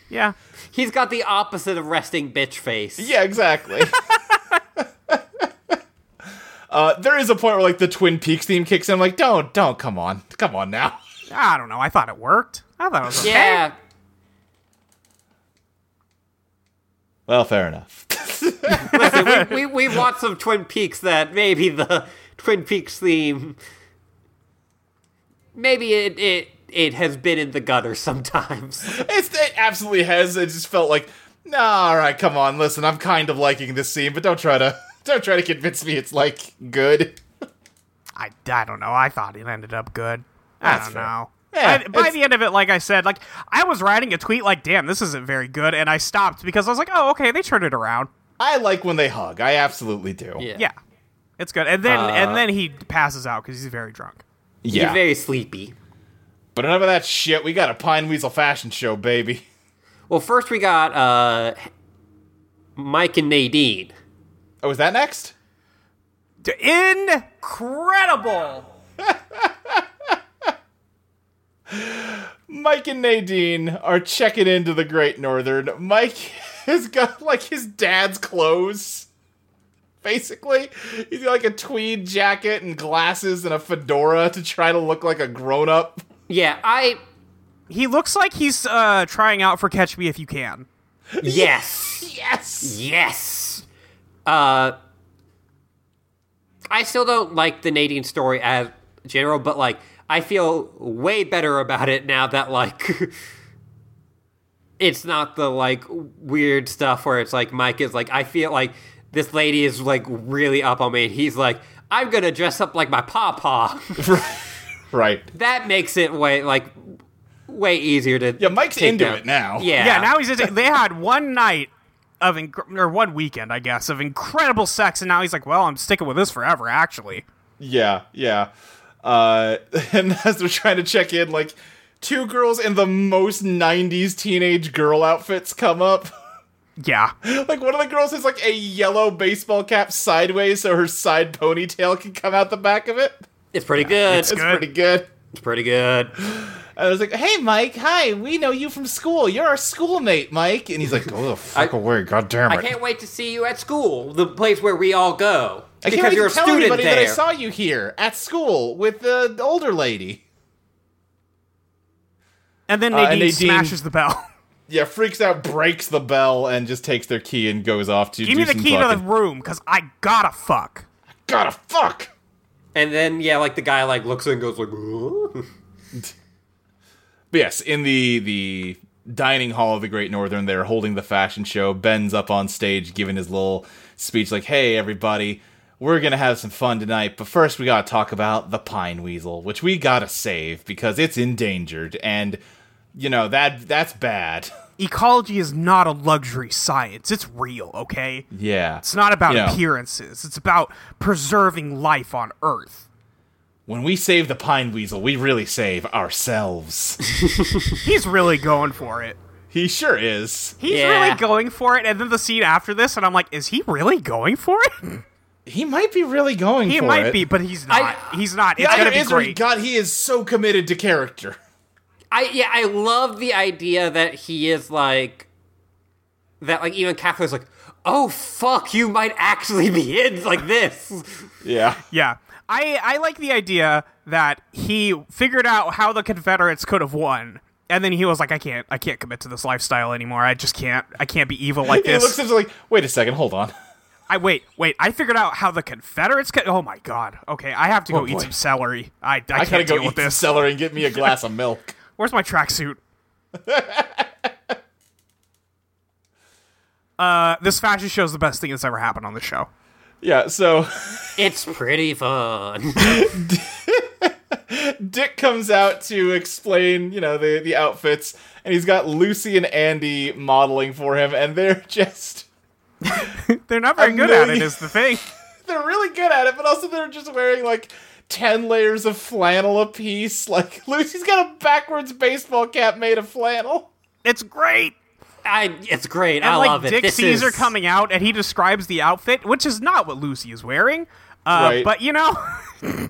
S2: yeah.
S1: He's got the opposite of resting bitch face.
S3: (laughs) Yeah, exactly. (laughs) uh, there is a point where like the Twin Peaks theme kicks in. I'm like, don't, don't, come on, come on now.
S2: I don't know. I thought it worked. I thought it was. Okay.
S1: Yeah.
S3: Well, fair enough.
S1: we, we've watched some Twin Peaks that maybe the Twin Peaks theme. Maybe it, it, it has been in the gutter sometimes.
S3: It's, it absolutely has. It just felt like, nah, all right, come on. Listen, I'm kind of liking this scene, but don't try to (laughs) don't try to convince me it's like good.
S2: I, I don't know. I thought it ended up good. I
S3: That's
S2: don't
S3: fair.
S2: know.
S3: Yeah,
S2: I- by
S3: it's-
S2: the end of it, like I said, like I was writing a tweet like, "Damn, this isn't very good," and I stopped because I was like, "Oh, okay, they turned it around."
S3: I like when they hug. I absolutely do.
S1: Yeah.
S2: Yeah, it's good. And then
S3: Uh,
S2: and then he passes out because he's very drunk.
S1: He's
S3: Yeah.
S1: very sleepy.
S3: but enough of that shit. We got a Pine Weasel fashion show, baby.
S1: Well, first we got uh, Mike and Nadine.
S3: Oh, is that next?
S2: D- Incredible.
S3: Mike and Nadine are checking into the Great Northern. Mike (laughs) has got like his dad's clothes. Basically, he's got like a tweed jacket and glasses and a fedora to try to look like a grown up.
S1: Yeah, I.
S2: He looks like he's uh, trying out for Catch Me If You Can.
S1: Yes.
S3: Yes!
S1: Yes. Uh, I still don't like the Nadine story as general, but like I feel way better about it now that like (laughs) it's not the like weird stuff where it's like Mike is like I feel like this lady is like really up on me, and he's like I'm gonna dress up like my papa. (laughs)
S3: Right.
S1: that makes it way like way easier to
S3: Yeah, Mike's
S1: take
S3: into
S1: down.
S3: it now.
S1: Yeah,
S2: Yeah, now he's just, they had one night of inc- or one weekend, I guess, of incredible sex, and now he's like, "Well, I'm sticking with this forever." Actually,
S3: Yeah, yeah. Uh, (laughs) and as they're trying to check in, like, two girls in the most 90s teenage girl outfits come up. (laughs)
S2: yeah.
S3: Like one of the girls has like a yellow baseball cap sideways, so her side ponytail can come out the back of it.
S1: it's pretty good.
S3: It's
S2: Good.
S3: pretty good.
S1: it's pretty good.
S3: And I was like, "Hey, Mike. Hi. We know you from school. You're our schoolmate, Mike." And he's like, "Go the fuck away, God damn it!
S1: I can't wait to see you at school, the place where we all go.
S3: I can't
S1: because
S3: wait
S1: you're a
S3: to tell
S1: student
S3: anybody
S1: there.
S3: that I saw you here at school with the older lady."
S2: And then
S3: Uh, and
S2: Nadine,
S3: Nadine-
S2: smashes the
S3: (laughs)
S2: bell.
S3: Yeah, freaks out, breaks the bell, and just takes their key and goes off to
S2: Give
S3: do
S2: me the
S3: some
S2: key to
S3: fucking-
S2: the room, cause I gotta fuck.
S3: Gotta fuck.
S1: And then yeah, like the guy like looks and goes like, "Huh?"
S3: But yes, in the the dining hall of the Great Northern, they're holding the fashion show. Ben's up on stage giving his little speech, like, "Hey, everybody." We're gonna have some fun tonight, but first we gotta talk about the pine weasel, which we gotta save because it's endangered, and you know that that's bad. (laughs)
S2: Ecology is not a luxury science. It's real, okay?
S3: yeah,
S2: It's not about
S3: You know.
S2: appearances. It's about preserving life on Earth.
S3: when we save the pine weasel, we really save ourselves. (laughs)
S2: He's really going for it.
S3: he sure is.
S2: He's
S1: Yeah.
S2: really going for it. And then the scene after this, and I'm like, is he really going for it? (laughs)
S3: He might be really going.
S2: He
S3: for
S2: might
S3: it.
S2: be, but he's not.
S1: I-
S2: he's not. It's
S3: Either
S2: gonna be
S3: is or he
S2: great.
S3: God, he is so committed to character.
S1: I yeah, I love the idea that he is like that. Like even Catherine's like, oh fuck, you might actually be in like this.
S3: Yeah.
S2: yeah, I I like the idea that he figured out how the Confederates could have won. And then he was like, "I can't, I can't commit to this lifestyle anymore. I just can't, I can't be evil
S3: (laughs)
S2: like
S3: (laughs) He looks
S2: this."
S3: at us like, wait a second, hold on.
S2: I wait, wait. I figured out how the Confederates could. Oh my god. Okay, I have to go eat some celery. I, I,
S3: I gotta
S2: can't
S3: go
S2: deal with
S3: eat some
S2: this.
S3: celery
S2: (laughs)
S3: and get me a glass of milk.
S2: Where's my
S3: (laughs)
S2: tracksuit? uh, this fashion show is the best thing that's ever happened on the show.
S3: Yeah, so (laughs)
S1: It's pretty fun.
S3: Dick comes out to explain, you know, the, the outfits, and he's got Lucy and Andy modeling for him, and they're (laughs) just
S2: They're not very
S3: A
S2: good at it,
S3: million-
S2: is the
S3: (laughs)
S2: thing.
S3: they're really good at it, but also they're just wearing like ten layers of flannel apiece. Like (laughs) Lucy's got a backwards baseball cap made of flannel.
S2: It's great.
S1: I it's great.
S2: And
S1: I
S2: like
S1: love it.
S2: Dick
S1: this
S2: Caesar
S1: is,
S2: coming out, and he describes the outfit, which is not what Lucy is wearing. Uh,
S3: Right.
S2: But you know, (laughs)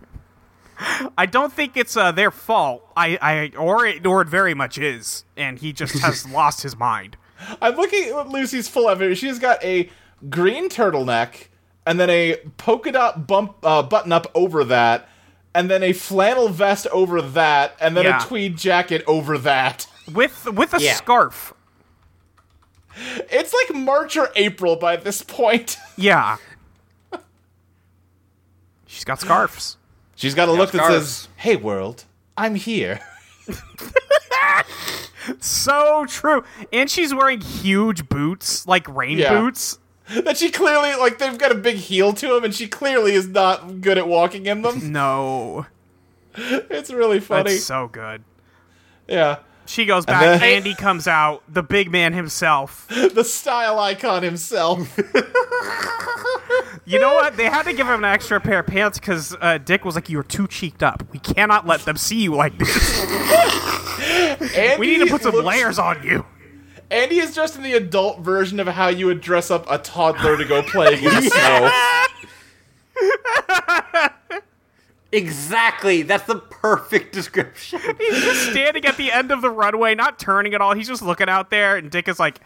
S2: I don't think it's uh, their fault. I, I or it, or it very much is, and he
S1: (laughs)
S2: just has lost his mind.
S3: I'm looking at Lucy's full outfit. She's got a green turtleneck and then a polka dot bump uh, button up over that, and then a flannel vest over that, and then
S2: Yeah.
S3: a tweed jacket over that. (laughs)
S2: with with a
S1: Yeah.
S2: scarf.
S3: It's like March or April by this point. (laughs)
S2: Yeah, she's got scarves.
S3: She's got a look that
S1: scarves.
S3: says, "Hey world, I'm here." (laughs)
S2: So true, and she's wearing huge boots, like rain
S3: Yeah.
S2: boots.
S3: that she clearly like they've got a big heel to him, and she clearly is not good at walking in
S2: (laughs)
S3: them.
S2: No,
S3: It's really funny.
S2: that's so good.
S3: yeah, (laughs)
S2: She goes back.
S3: then-
S2: Andy comes out, the big man himself.
S3: the style
S2: (laughs)
S3: icon himself.
S2: You know what? They had to give him an extra pair of pants because uh, Dick was like, "You're too cheeked up. We cannot let them see you like this. We need to
S3: Andy
S2: put some
S3: looks-
S2: layers on you."
S3: Andy is dressed in the adult version of how you would dress up a toddler to go playing (laughs) in the snow.
S1: Exactly. That's the perfect (laughs) description.
S2: He's just standing at the end of the runway, not turning at all. He's just looking out there, and Dick is like,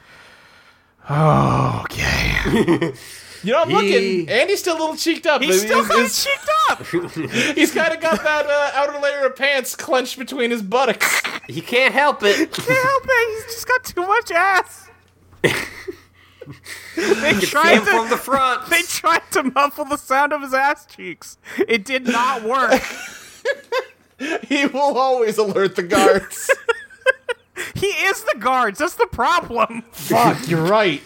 S2: "Oh, okay."
S3: You know, I'm
S1: He-
S3: looking. Andy's still a little cheeked up.
S2: He's still
S3: he's,
S2: kind of cheeked up.
S3: he's kind of got that uh, outer layer of pants clenched between his buttocks. (laughs)
S1: He can't help it.
S2: Can't help it. He's just got too much ass. they
S1: See
S2: tried
S1: him from
S2: to.
S1: the front.
S2: They tried to muffle the sound of his ass cheeks. It did not work.
S3: He will always alert the (laughs) guards.
S2: he is the guards. That's the problem.
S3: Fuck, you're right.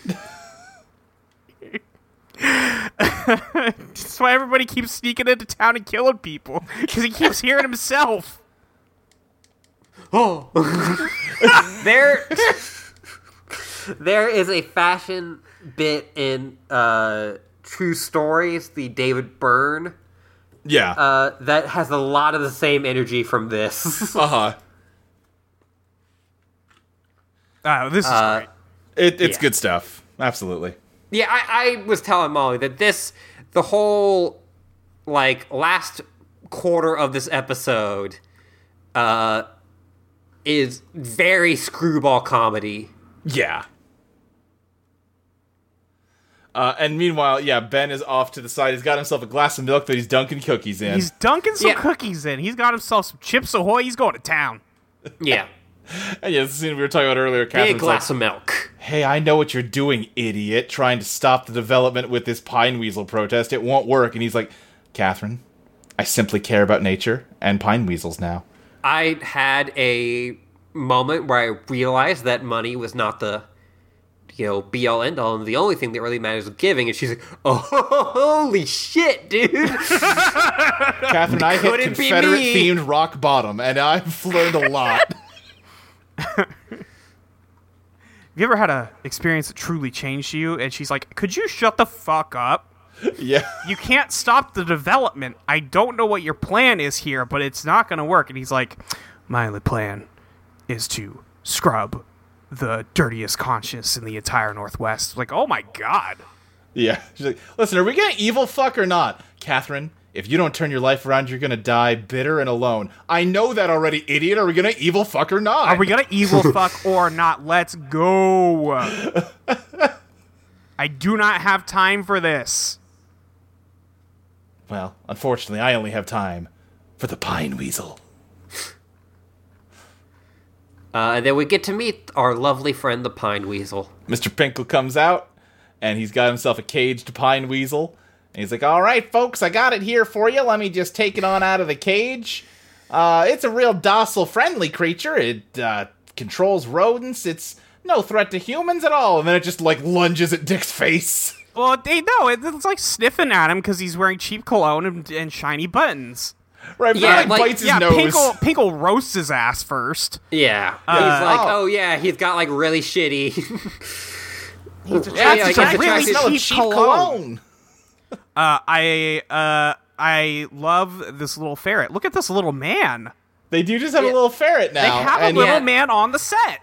S2: That's why everybody keeps sneaking into town and killing people because he keeps hearing himself. (laughs)
S1: (laughs) there there is a fashion bit in uh, true stories the david byrne
S3: Yeah. Uh
S1: uh, that has a lot of the same energy from this (laughs)
S3: huh.
S2: Oh, this is great.
S3: It, it's
S1: Yeah.
S3: good stuff. Absolutely.
S1: yeah I, I was telling molly that this the whole like last quarter of this episode uh, is very screwball comedy
S3: Yeah. Uh, and meanwhile, yeah, Ben is off to the side. He's got himself a glass of milk that he's dunking cookies in.
S2: He's dunking some
S1: Yeah.
S2: cookies in. He's got himself some chips ahoy. He's going to town.
S1: yeah
S3: yeah, this is the scene we were talking about earlier.
S1: Big
S3: Catherine's like,
S1: glass of milk.
S3: hey, I know what you're doing, idiot, trying to stop the development with this pine weasel protest. It won't work. And he's like, Catherine, I simply care about nature and pine weasels now.
S1: I had a moment where I realized that money was not the you know be all end all, and the only thing that really matters is giving. And she's like, (laughs) "Oh, holy shit, dude!" (laughs)
S3: Catherine, I hit
S1: Could it be
S3: Confederate
S1: me?
S3: themed rock bottom, and I've (laughs) learned a lot.
S2: Have you ever had a experience that truly changed you? And she's like, "Could you shut the fuck up?
S3: yeah.
S2: You can't stop the development. I don't know what your plan is here, but it's not going to work." And he's like, "My only plan is to scrub the dirtiest conscience in the entire Northwest." Like, oh my god.
S3: Yeah. She's like, listen, are we gonna evil fuck or not? Catherine, if you don't turn your life around, you're gonna die bitter and alone. I know that already, idiot. Are we gonna evil fuck or not?
S2: Are we gonna
S3: (laughs)
S2: evil fuck or not? Let's go. I do not have time for this.
S3: Well, unfortunately, I only have time for the pine weasel.
S1: Uh, and then we get to meet our lovely friend, the pine weasel.
S3: Mr. Pinkle comes out, and he's got himself a caged pine weasel. And he's like, "All right, folks, I got it here for you. Let me just take it on out of the cage. Uh, it's a real docile, friendly creature. It uh, controls rodents. It's no threat to humans at all." And then it just like lunges at Dick's face. (laughs)
S2: Well, they no, it- it's like sniffing at him because he's wearing cheap cologne and, and shiny buttons.
S3: Right, but
S1: Yeah,
S3: then it
S1: like-
S3: bites his
S2: yeah,
S3: nose.
S2: Pinkle, Pinkle roasts his ass first.
S1: Yeah, he's like,
S3: oh.
S1: "Oh yeah, he's got like really shitty." (laughs)
S3: That's
S1: Yeah,
S3: a
S1: like, it's
S3: really
S1: attractive-
S3: smell of
S2: cheap
S3: cheap
S2: cologne.
S3: cologne.
S2: Uh, I uh, I love this little ferret. Look at this little man.
S3: They do just have a little ferret now.
S2: They have a
S3: and-
S2: little
S1: yeah.
S2: man on the set.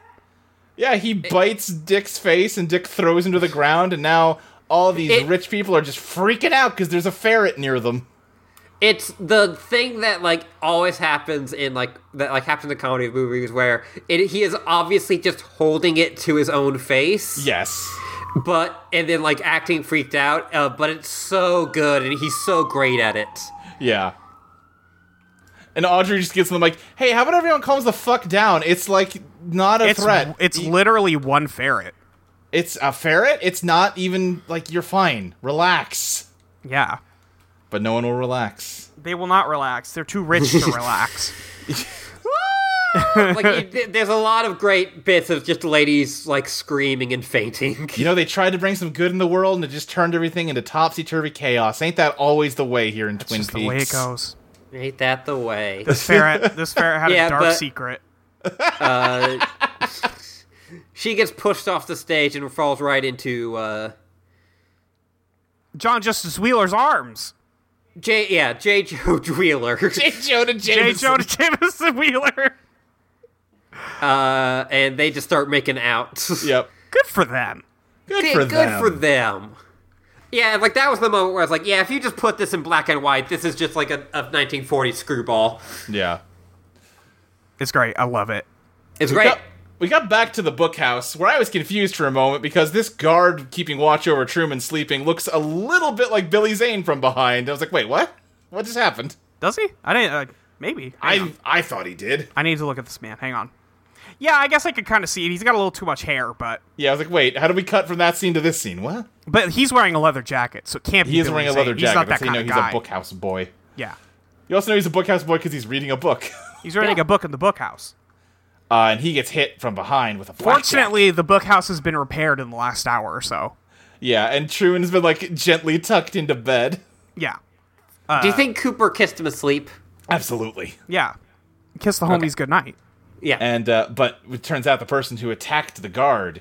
S3: Yeah, he bites Dick's face, and Dick throws him to the ground, and now all these
S1: It-
S3: rich people are just freaking out because there's a ferret near them.
S1: It's the thing that like always happens in like that like happens in comedy movies where it, he is obviously just holding it to his own face,
S3: Yes.
S1: but and then like acting freaked out. Uh, but it's so good, and he's so great at it.
S3: Yeah. And Audrey just gets them like, "Hey, how about everyone calms the fuck down? It's like not a
S2: It's
S3: threat.
S2: it's literally one ferret.
S3: it's a ferret. It's not even like you're fine. Relax."
S2: Yeah,
S3: But no one will relax.
S2: they will not relax. They're too rich
S3: (laughs)
S2: to relax.
S1: Like you, th- there's a lot of great bits of just ladies like screaming and fainting. (laughs)
S3: You know, they tried to bring some good in the world, and it just turned everything into topsy turvy chaos. Ain't that always the way here in Twin
S2: Just
S3: Peaks?
S2: the way it goes.
S1: Ain't that the
S3: (laughs)
S1: way?
S2: This ferret, this ferret had
S1: Yeah,
S2: a dark
S1: but-
S2: secret.
S1: She gets pushed off the stage and falls right into uh,
S2: John Justice Wheeler's arms.
S1: J. Yeah, J. Joe
S3: (laughs)
S1: Wheeler.
S3: J. Jonah
S2: J.
S3: Jameson.
S2: Jonah Jameson Wheeler.
S1: Uh, and they just start making out. (laughs)
S3: Yep.
S2: Good for them.
S3: Good
S1: Good,
S3: for
S1: good
S3: them.
S1: for them. Yeah, like that was the moment where I was like, yeah, if you just put this in black and white, this is just like a, a 1940s screwball.
S3: Yeah.
S2: It's great. I love it.
S1: It's
S3: We
S1: great.
S3: got, we got back to the bookhouse where I was confused for a moment because this guard keeping watch over Truman sleeping looks a little bit like Billy Zane from behind. I was like, wait, what? What just happened?
S2: Does he? I didn't. Uh, maybe. Hang
S3: I
S2: on.
S3: I thought he did.
S2: I need to look at this man. Hang on. Yeah, I guess I could kind of see it. He's got a little too much hair, but
S3: Yeah, I was like, wait, how do we cut from that scene to this scene? What?
S2: but he's wearing a leather jacket, so it can't be.
S3: He is
S2: Billy
S3: wearing a
S2: Zane.
S3: leather
S2: He's
S3: jacket,
S2: not
S3: but
S2: that
S3: so you
S2: kind
S3: know
S2: of
S3: he's
S2: guy.
S3: a bookhouse boy.
S2: Yeah,
S3: You also know he's a bookhouse boy because he's reading a book,
S2: he's reading a book in the bookhouse.
S3: uh, and he gets hit from behind with a. blackjack.
S2: Fortunately, the bookhouse has been repaired in the last hour or so.
S3: yeah, and Truman's been like gently tucked into bed.
S2: Yeah,
S3: uh,
S1: Do you think Cooper kissed him asleep?
S3: Absolutely.
S2: yeah. Kiss the homies goodnight.
S1: Yeah.
S3: And uh, but it turns out the person who attacked the guard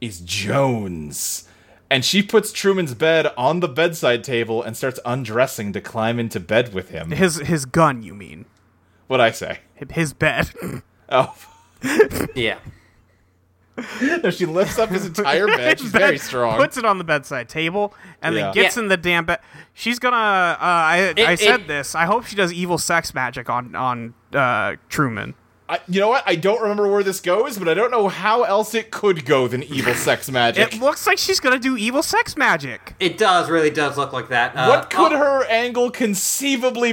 S3: is Jones. And she puts Truman's bed on the bedside table and starts undressing to climb into bed with him.
S2: His his gun, you mean?
S3: What'd I say?
S2: His bed. (laughs)
S3: Oh. (laughs)
S1: yeah.
S3: No, she lifts up his
S2: (laughs)
S3: entire bed. She's
S2: bed,
S3: very strong.
S2: Puts it on the bedside table and
S3: Yeah.
S2: then gets
S1: Yeah.
S2: in the damn bed. She's gonna. Uh, I I
S1: it-
S2: said this. I hope she does evil sex magic on on uh, Truman.
S3: I, you know what? I don't remember where this goes, but I don't know how else it could go than
S2: (laughs)
S3: evil sex magic.
S2: It looks like she's gonna do evil sex magic.
S1: It does, really does look like that. Uh,
S3: what could
S1: oh,
S3: her angle conceivably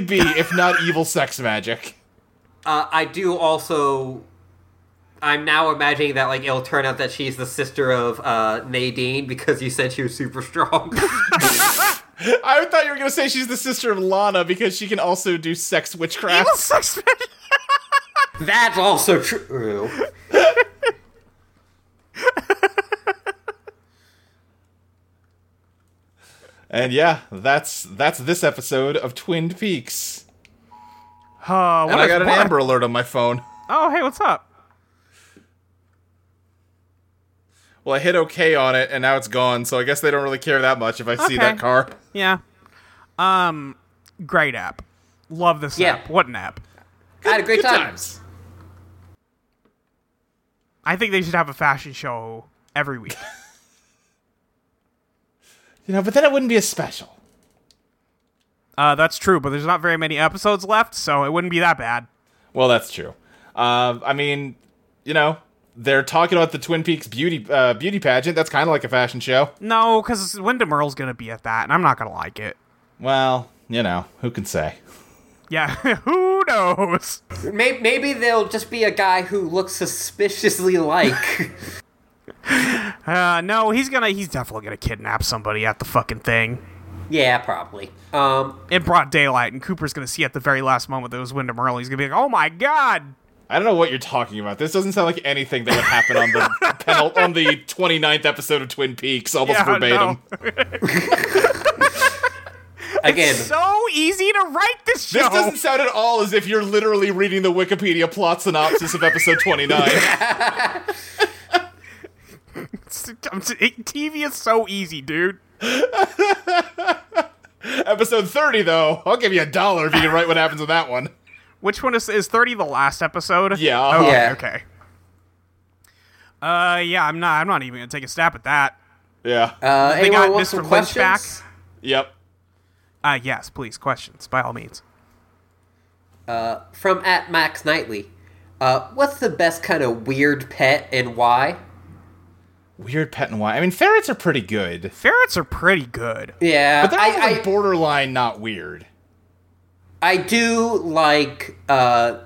S2: (laughs)
S3: be if not evil sex magic?
S1: Uh, I do also. I'm now imagining that like it'll turn out that she's the sister of uh, Nadine because you said she was super strong. (laughs)
S3: I thought you were gonna say she's the sister of Lana because she can also do sex witchcraft.
S2: Evil sex (laughs) magic.
S1: That's also true.
S3: And yeah, that's that's this episode of Twin Peaks.
S2: Oh, what
S3: And I
S2: is-
S3: got an
S2: what-
S3: Amber Alert on my phone.
S2: Oh, hey, what's up?
S3: Well, I hit OK on it, and now it's gone. So I guess they don't really care that much if I
S2: Okay.
S3: see that car.
S2: Yeah. Um, great app. Love this
S1: Yeah.
S2: app. What an app.
S1: I had a great
S3: Good
S1: time.
S3: times.
S2: I think they should have a fashion show
S1: (laughs)
S2: every week.
S3: You know, but then it wouldn't be a special.
S2: uh, that's true, but there's not very many episodes left, so it wouldn't be that bad.
S3: Well, that's true. Uh, I mean, you know, they're talking about the Twin Peaks beauty uh, beauty pageant. That's kind of like a fashion show.
S2: No, because Wyndham Earl's gonna be at that, and I'm not gonna like it.
S3: Well, you know, who can say?
S2: Yeah, (laughs) who knows?
S1: Maybe, maybe there'll just be a guy who looks suspiciously like. (laughs)
S2: Uh, no, he's gonna, he's definitely gonna kidnap somebody at the fucking thing
S1: yeah, probably. Um,
S2: in broad daylight, and Cooper's gonna see at the very last moment that it was Wyndham Earl. He's gonna be like, "Oh my god!"
S3: I don't know what you're talking about. This doesn't sound like anything that would
S2: (laughs)
S3: happen on the penal- on the 29th episode of Twin Peaks, almost
S2: Yeah,
S3: verbatim.
S2: no.
S1: again,
S2: So easy to write this show. (laughs)
S3: This doesn't sound at all as if you're literally reading the Wikipedia plot synopsis of episode
S1: (laughs)
S3: 29.
S2: I'm s- it- TV is so easy, dude.
S3: episode 30, though, I'll give you a dollar if you can write what happens in that one.
S2: Which one is is thirty the last episode? Oh,
S3: Yeah.
S2: Okay.
S1: Yeah.
S2: Okay. Uh, yeah, I'm not. I'm not even gonna take a stab at that.
S3: Yeah.
S1: uh, anyone
S2: got
S1: want
S2: Mr.
S1: some
S2: Lynch
S1: questions?
S2: back.
S3: yep.
S2: Uh, yes, please. Questions by all means.
S1: from at Max Knightley. Uh, what's the best kind of weird pet and why?
S3: Weird pet and why. I mean, ferrets are pretty good.
S2: Ferrets are pretty good.
S1: Yeah,
S3: But they're all,
S1: I,
S3: like, borderline not weird.
S1: I, I do like uh,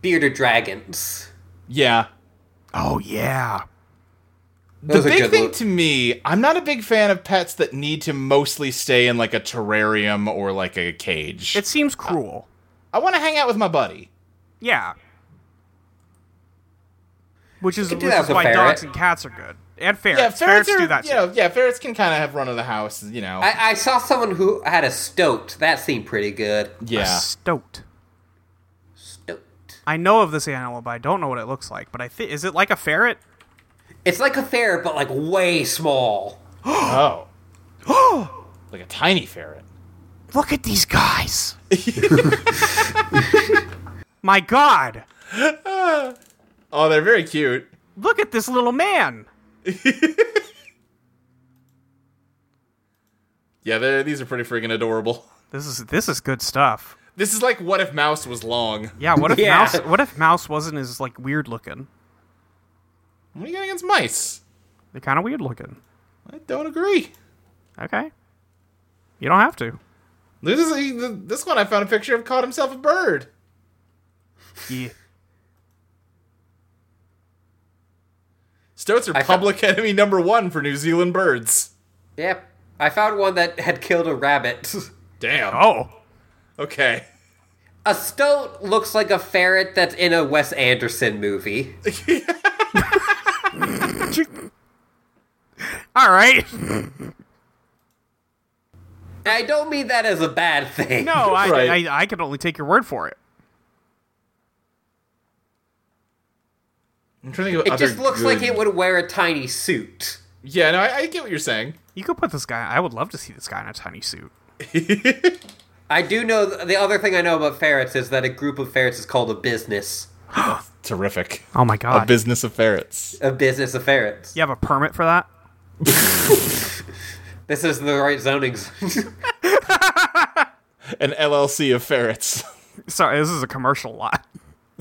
S1: bearded dragons.
S3: Yeah.
S2: Oh yeah.
S3: The
S1: Those are
S3: big
S1: good
S3: thing
S1: look-
S3: to me, I'm not a big fan of pets that need to mostly stay in like a terrarium or like a cage.
S2: It seems cruel.
S3: I want to hang out with my buddy.
S2: Yeah. Which is
S1: could
S2: which
S1: do that
S2: is
S1: with a
S2: why
S1: ferret.
S2: dogs and cats are good and ferrets.
S3: Yeah, ferrets, are,
S2: do that
S3: you
S2: too.
S3: know, yeah, ferrets can kind of have run of the house, you know.
S1: I, I saw someone who had a stoat. That seemed pretty good.
S2: A
S3: yeah.
S2: Stoat.
S1: Stoat.
S2: I know of this animal, but I don't know what it looks like. But I think is it like a ferret?
S1: It's like a ferret, but like way small.
S3: Oh. (gasps) like a tiny ferret.
S2: Look at these guys. (laughs) My God.
S3: Oh, they're very cute.
S2: Look at this little man.
S3: Yeah, they're, these are pretty freaking adorable. (laughs)
S2: This is this is good stuff.
S3: This is like what if Mouse was long.
S2: Yeah, what if
S1: Yeah.
S2: mouse what if mouse wasn't as like weird looking?
S3: What do you got against mice?
S2: They're kind of weird looking.
S3: I don't agree.
S2: Okay. You don't have to.
S3: This is he- this one I found a picture of caught himself a bird.
S2: Yeah.
S3: Stoats are
S1: I found-
S3: public (laughs) enemy number one for New Zealand birds.
S1: Yep. I found one that had killed a rabbit. (laughs)
S3: Damn.
S2: Oh.
S3: Okay.
S1: A stoat looks like a ferret that's in a Wes Anderson movie.
S2: All right.
S1: And I don't mean that as a bad thing.
S2: No, I,
S3: (laughs) Right.
S2: I I can only take your word for it.
S3: I'm trying to think of
S1: It
S3: other
S1: just looks like
S3: good-
S1: it would wear a tiny suit.
S3: Yeah, no, I, I get what you're saying.
S2: You could put this guy. I would love to see this guy in a tiny suit.
S1: I do know th- the other thing I know about ferrets is that a group of ferrets is called a business.
S3: Terrific.
S2: Oh my
S3: A
S2: god.
S3: business of ferrets.
S1: A business of ferrets.
S2: you have a permit for that?
S1: This is the right zoning. (laughs) zone.
S3: An LLC of ferrets.
S2: Sorry, this is a commercial lot. (laughs)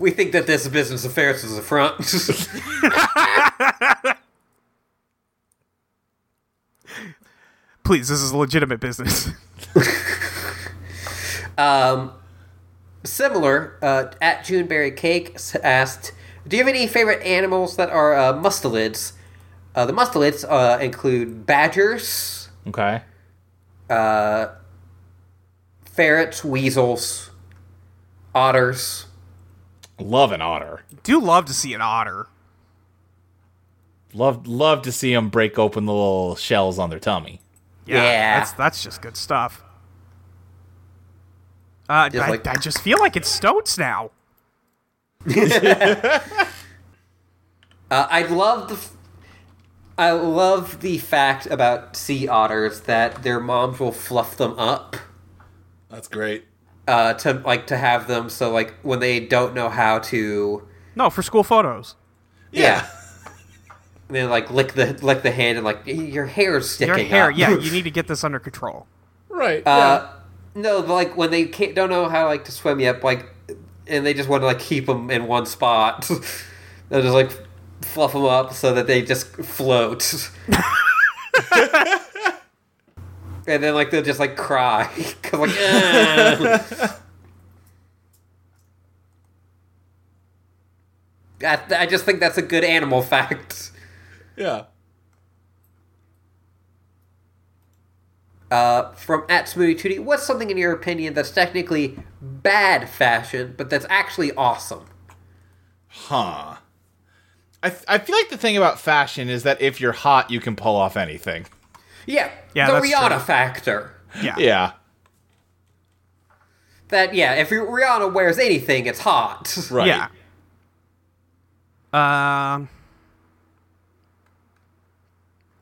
S1: we think that this business of ferrets is a front. (laughs)
S2: Please, this is a legitimate business.
S1: um, Similar, uh, at Juneberry Cake s- asked, "Do you have any favorite animals that are uh, mustelids?" Uh, the mustelids uh, include badgers,
S3: Okay.
S1: ferrets, weasels, otters.
S3: Love an otter.
S2: (laughs) Do love to see an otter.
S3: Love love to see them break open the little shells on their tummy.
S2: Yeah,
S1: Yeah.
S2: that's that's just good stuff. Uh,
S1: Just
S2: I,
S1: like-
S2: I just feel like it's stoats now.
S1: Uh, I love the. F- I love the fact about sea otters that their moms will fluff them up
S3: That's great.
S1: uh, to like to have them so like when they don't know how to
S2: No, for school photos.
S1: yeah, And then like lick the lick the hand and like your hair's sticking
S2: Your hair,
S1: up." (laughs)
S2: yeah, you need to get this under control.
S3: Right.
S1: Uh, no, but, like when they can't, don't know how like to swim yet, like, and they just want to like keep them in one spot. (laughs) They'll just like fluff them up so that they just float. (laughs) and then like they'll just like cry (laughs) 'Cause, like. "Ugh." I, I just think that's a good animal fact.
S3: yeah.
S1: Uh, from at Smoothie Tootie, what's something in your opinion that's technically bad fashion, but that's actually awesome?
S3: Huh. I, th- I feel like the thing about fashion is that if you're hot, you can pull off anything.
S1: Yeah,
S2: Yeah,
S1: the
S2: that's
S1: Rihanna
S2: true.
S1: factor.
S2: Yeah.
S3: Yeah.
S1: That yeah, if Rihanna wears anything, it's hot.
S3: Right.
S2: Yeah. Um,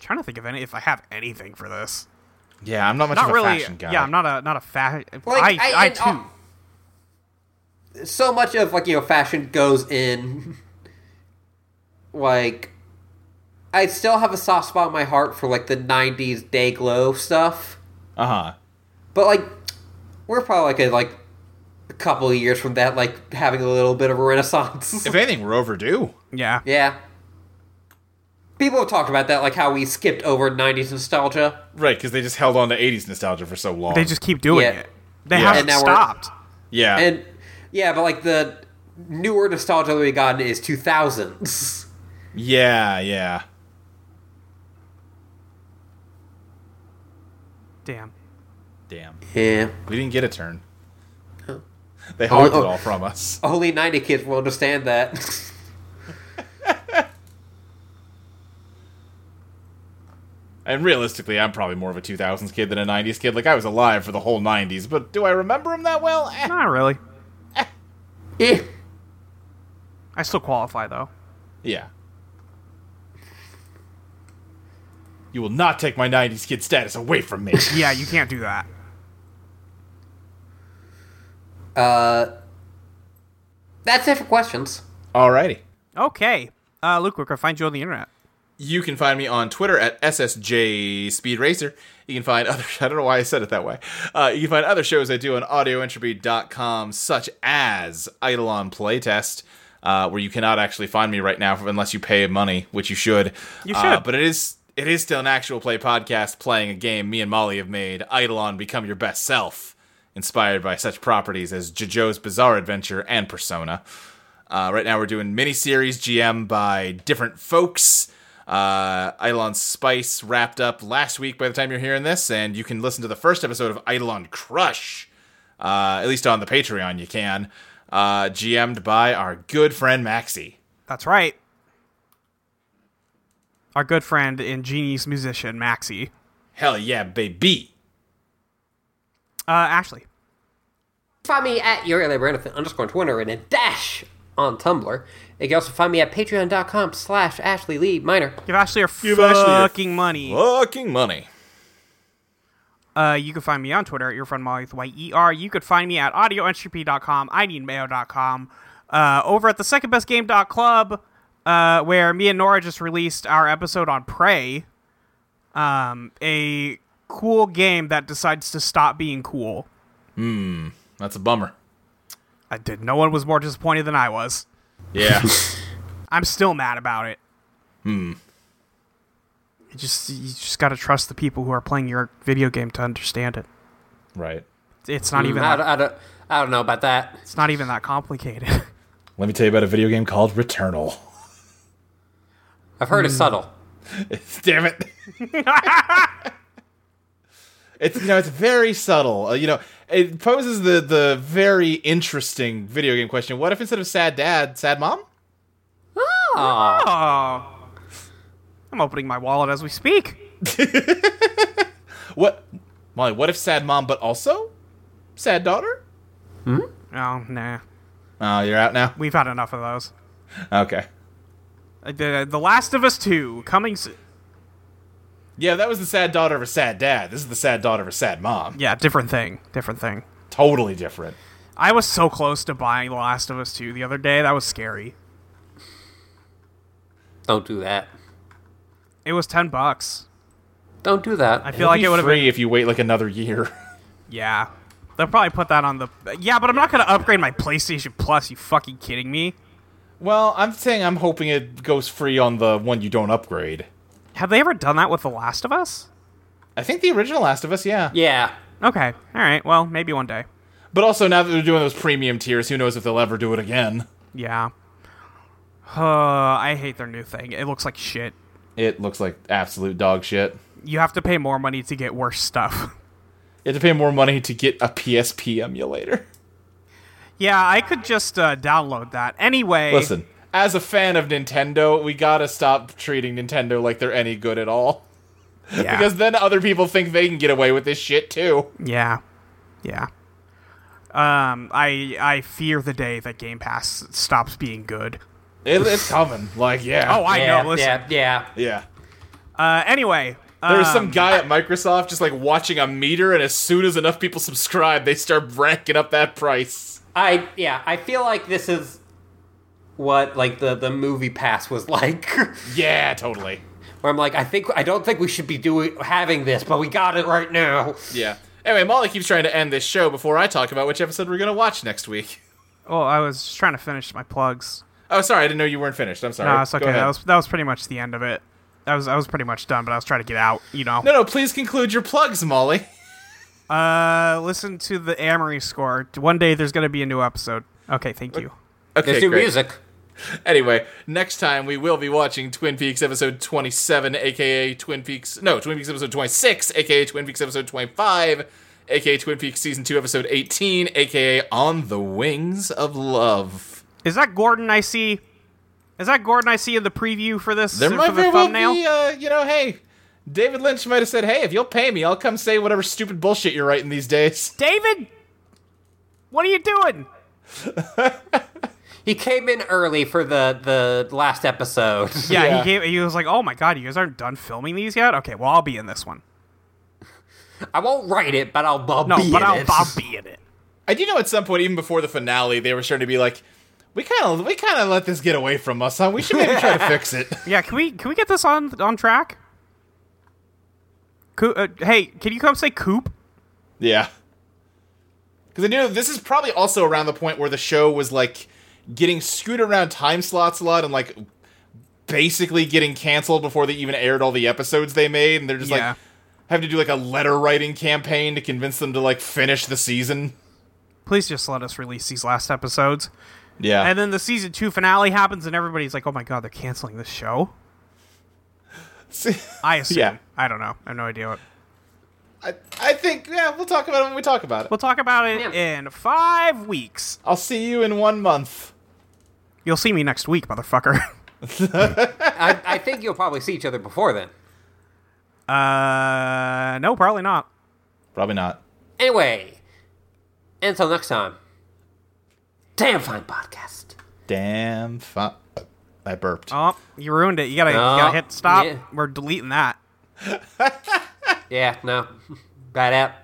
S2: trying to think of any if I have anything for this.
S3: Yeah, I'm not much
S2: Not
S3: of a
S2: really.
S3: fashion guy.
S2: Yeah, I'm not a not a fa-
S1: Like,
S2: I,
S1: I-
S2: I,
S1: and
S2: too.
S1: all- So much of like you know fashion goes in. Like, I still have a soft spot in my heart for like the '90s day glow stuff.
S3: Uh huh.
S1: But like, we're probably like a like a couple of years from that, like having a little bit of a renaissance. (laughs)
S3: If anything, we're overdue.
S2: yeah.
S1: yeah, people have talked about that, like how we skipped over '90s nostalgia,
S3: Right, because they just held on to 80s nostalgia for so long.
S2: They just keep doing
S1: Yeah.
S2: it. They
S3: Yeah.
S2: haven't
S1: And now we're-
S2: stopped.
S3: yeah.
S1: (laughs) and yeah, but like the newer nostalgia that we gotten is
S2: (laughs)
S1: 2000s.
S3: yeah, yeah.
S2: Damn.
S3: Damn.
S1: Yeah,
S3: We didn't get a turn. They hogged it
S1: oh.
S3: all from us.
S1: only '90 kids will understand that.
S2: (laughs)
S3: And realistically, I'm probably more of a 2000s kid than a 90s kid. Like, I was alive for the whole 90s, but do I remember them that well? Eh.
S2: Not really.
S1: yeah.
S2: I still qualify though.
S3: Yeah. You will not take my 90s kid status away from (laughs) me.
S2: Yeah, you can't do that.
S1: Uh, that's it for questions.
S3: Alrighty.
S2: Okay. Uh, Luke, where can I find you on the internet?
S3: You can find me on Twitter at SSJ Speed Racer. You can find (laughs) other I don't know why I said it that way. Uh, you can find other shows I do on audioentropy.com, such as Idle on Playtest, uh, where you cannot actually find me right now unless you pay money, which you should.
S2: You
S3: Uh,
S2: should.
S3: but it is it is still an actual play podcast playing a game me and Molly have made, Idle on Become Your Best Self, inspired by such properties as JoJo's Bizarre Adventure and Persona. Uh, right now, we're doing mini series GM by different folks. Uh, Eidolon Spice wrapped up last week by the time you're hearing this, and you can listen to the first episode of Eidolon Crush, uh, at least on the Patreon, you can, uh, GM'd by our good friend Maxie.
S2: That's right. Our good friend and genius musician Maxie.
S3: Hell yeah, baby.
S2: Uh, Ashley.
S1: Find me at your Brandon underscore on Twitter and a dash on Tumblr. You can also find me at patreon.com slash Ashley Lee Minor.
S2: Give Ashley your
S3: Give
S2: fucking
S3: Ashley your-
S2: money.
S3: Fucking money.
S2: Uh, you can find me on Twitter at your friend Molly with Y-E-R. You could find me at audioentropy.com, ineedmayo.com, uh, over at the secondbestgame.club, uh, where me and Nora just released our episode on Prey, um, a cool game that decides to stop being cool.
S3: That's a bummer.
S2: I did. No one was more disappointed than I was.
S3: (laughs) Yeah.
S2: I'm still mad about it. Hmm. You just you just gotta trust the people who are playing your video game to understand it.
S3: right.
S2: it's not even
S1: I,
S2: that,
S1: don't- I don't, I don't know about that.
S2: it's not even that complicated. (laughs)
S4: Let me tell you about a video game called Returnal.
S1: I've heard
S2: Hmm.
S1: it's subtle.
S3: (laughs) Damn it. (laughs) it's you know it's very subtle. Uh, you know, it poses the the very interesting video game question. What if instead of sad dad, sad mom?
S2: oh, I'm opening my wallet as we speak.
S3: What Molly, what if sad mom but also sad daughter?
S2: Oh, nah,
S3: Oh, you're out now.
S2: we've had enough of those.
S3: Okay.
S2: Uh, The, the Last of Us Two coming. s
S3: Yeah, that was the sad daughter of a sad dad. This is the sad daughter of a sad mom.
S2: Yeah, different thing. Different thing.
S3: Totally different.
S2: I was so close to buying The Last of Us Two the other day. That was scary.
S1: Don't do that.
S2: It was ten bucks.
S1: Don't do that.
S2: I feel like it would have
S3: free
S2: been.
S3: if you wait like another year.
S2: Yeah, they'll probably put that on the. Yeah, but I'm not gonna upgrade my PlayStation Plus. You fucking kidding me?
S3: well, I'm saying I'm hoping it goes free on the one you don't upgrade.
S2: Have they ever done that with The Last of Us?
S3: I think the original Last of Us, yeah.
S1: yeah.
S2: Okay, all right. Well, maybe one day.
S3: But also now that they're doing those premium tiers, who knows if they'll ever do it again?
S2: Yeah. Uh, I hate their new thing. It looks like shit.
S3: It looks like absolute dog shit.
S2: You have to pay more money to get worse stuff. (laughs)
S3: You have to pay more money to get a PSP emulator.
S2: yeah, I could just uh, download that. Anyway,
S3: (laughs) Listen, as a fan of Nintendo, we gotta stop treating Nintendo like they're any good at all.
S2: yeah,
S3: Because then other people think they can get away with this shit too.
S2: yeah, yeah. Um, I I fear the day that Game Pass stops being good.
S3: It, it's coming. Like, yeah.
S2: Oh, I
S1: yeah,
S2: know. Listen.
S1: yeah, yeah.
S3: yeah.
S2: Uh, anyway,
S3: There was
S2: um,
S3: some guy at Microsoft just like watching a meter, and as soon as enough people subscribe, they start ranking up that price.
S1: I yeah, I feel like this is what like the the movie pass was (laughs) like.
S3: Yeah, totally.
S1: Where I'm like, I think I don't think we should be doing having this, but we got it right now.
S3: Yeah. Anyway, Molly keeps trying to end this show before I talk about which episode we're gonna watch next week.
S2: Well, I was just trying to finish my plugs.
S3: Oh, sorry, I didn't know you weren't finished. I'm sorry.
S2: No, it's
S3: Go
S2: okay. That
S3: ahead.
S2: was that was pretty much the end of it. I was I was pretty much done, but I was trying to get out. You know.
S3: No, no. Please conclude your plugs, Molly.
S2: Uh, listen to the Amory score. One day there's gonna be a new episode. Okay, thank you.
S3: Okay,
S1: There's new
S3: great.
S1: music.
S3: Anyway, next time we will be watching Twin Peaks episode 27, aka Twin Peaks. No, Twin Peaks episode 26, aka Twin Peaks episode 25, aka Twin Peaks season 2, episode 18, aka On the Wings of Love.
S2: Is that Gordon I see? Is that Gordon I see in the preview for this?
S3: There
S2: for
S3: might
S2: the
S3: very well
S2: thumbnail?
S3: be, uh, you know, hey, David Lynch might have said, hey, if you'll pay me, I'll come say whatever stupid bullshit you're writing these days. (laughs)
S2: David, what are you doing?
S1: He came in early for the the last episode. (laughs)
S2: Yeah,
S3: Yeah.
S2: he gave. He was like, "Oh my god, you guys aren't done filming these yet." Okay, well I'll be in this one.
S1: I won't write it, but I'll, I'll
S2: No,
S1: be
S2: but
S1: in
S2: I'll,
S1: it. (laughs)
S2: I'll be in it.
S3: I do know at some point, even before the finale, they were starting to be like, we kind of we kind of let this get away from us, huh? We should maybe try to fix it. (laughs)
S2: Yeah, can we can we get this on on track? Coo- uh, hey, can you come say coop?
S3: Yeah. Because I knew this is probably also around the point where the show was like getting screwed around time slots a lot and like basically getting canceled before they even aired all the episodes they made. And they're just
S2: Yeah.
S3: like having to do like a letter writing campaign to convince them to like finish the season.
S2: Please just let us release these last episodes.
S3: Yeah.
S2: And then the season two finale happens, and everybody's like, "Oh my god, they're canceling this show." I assume.
S3: Yeah.
S2: I don't know. I have no idea. What...
S3: (laughs) I, I think, yeah, we'll talk about it when we talk about it.
S2: We'll talk about it
S1: Yeah.
S2: in five weeks.
S3: I'll see you in one month.
S2: You'll see me next week, motherfucker. (laughs)
S1: I, I think you'll probably see each other before then.
S2: Uh, no, probably not.
S3: Probably not.
S1: Anyway, until next time. Damn fine podcast.
S3: Damn fuck. I burped.
S2: Oh, you ruined it. You gotta,
S1: No.
S2: you gotta hit stop.
S1: Yeah.
S2: We're deleting that.
S1: Yeah, no. (laughs) Bad out.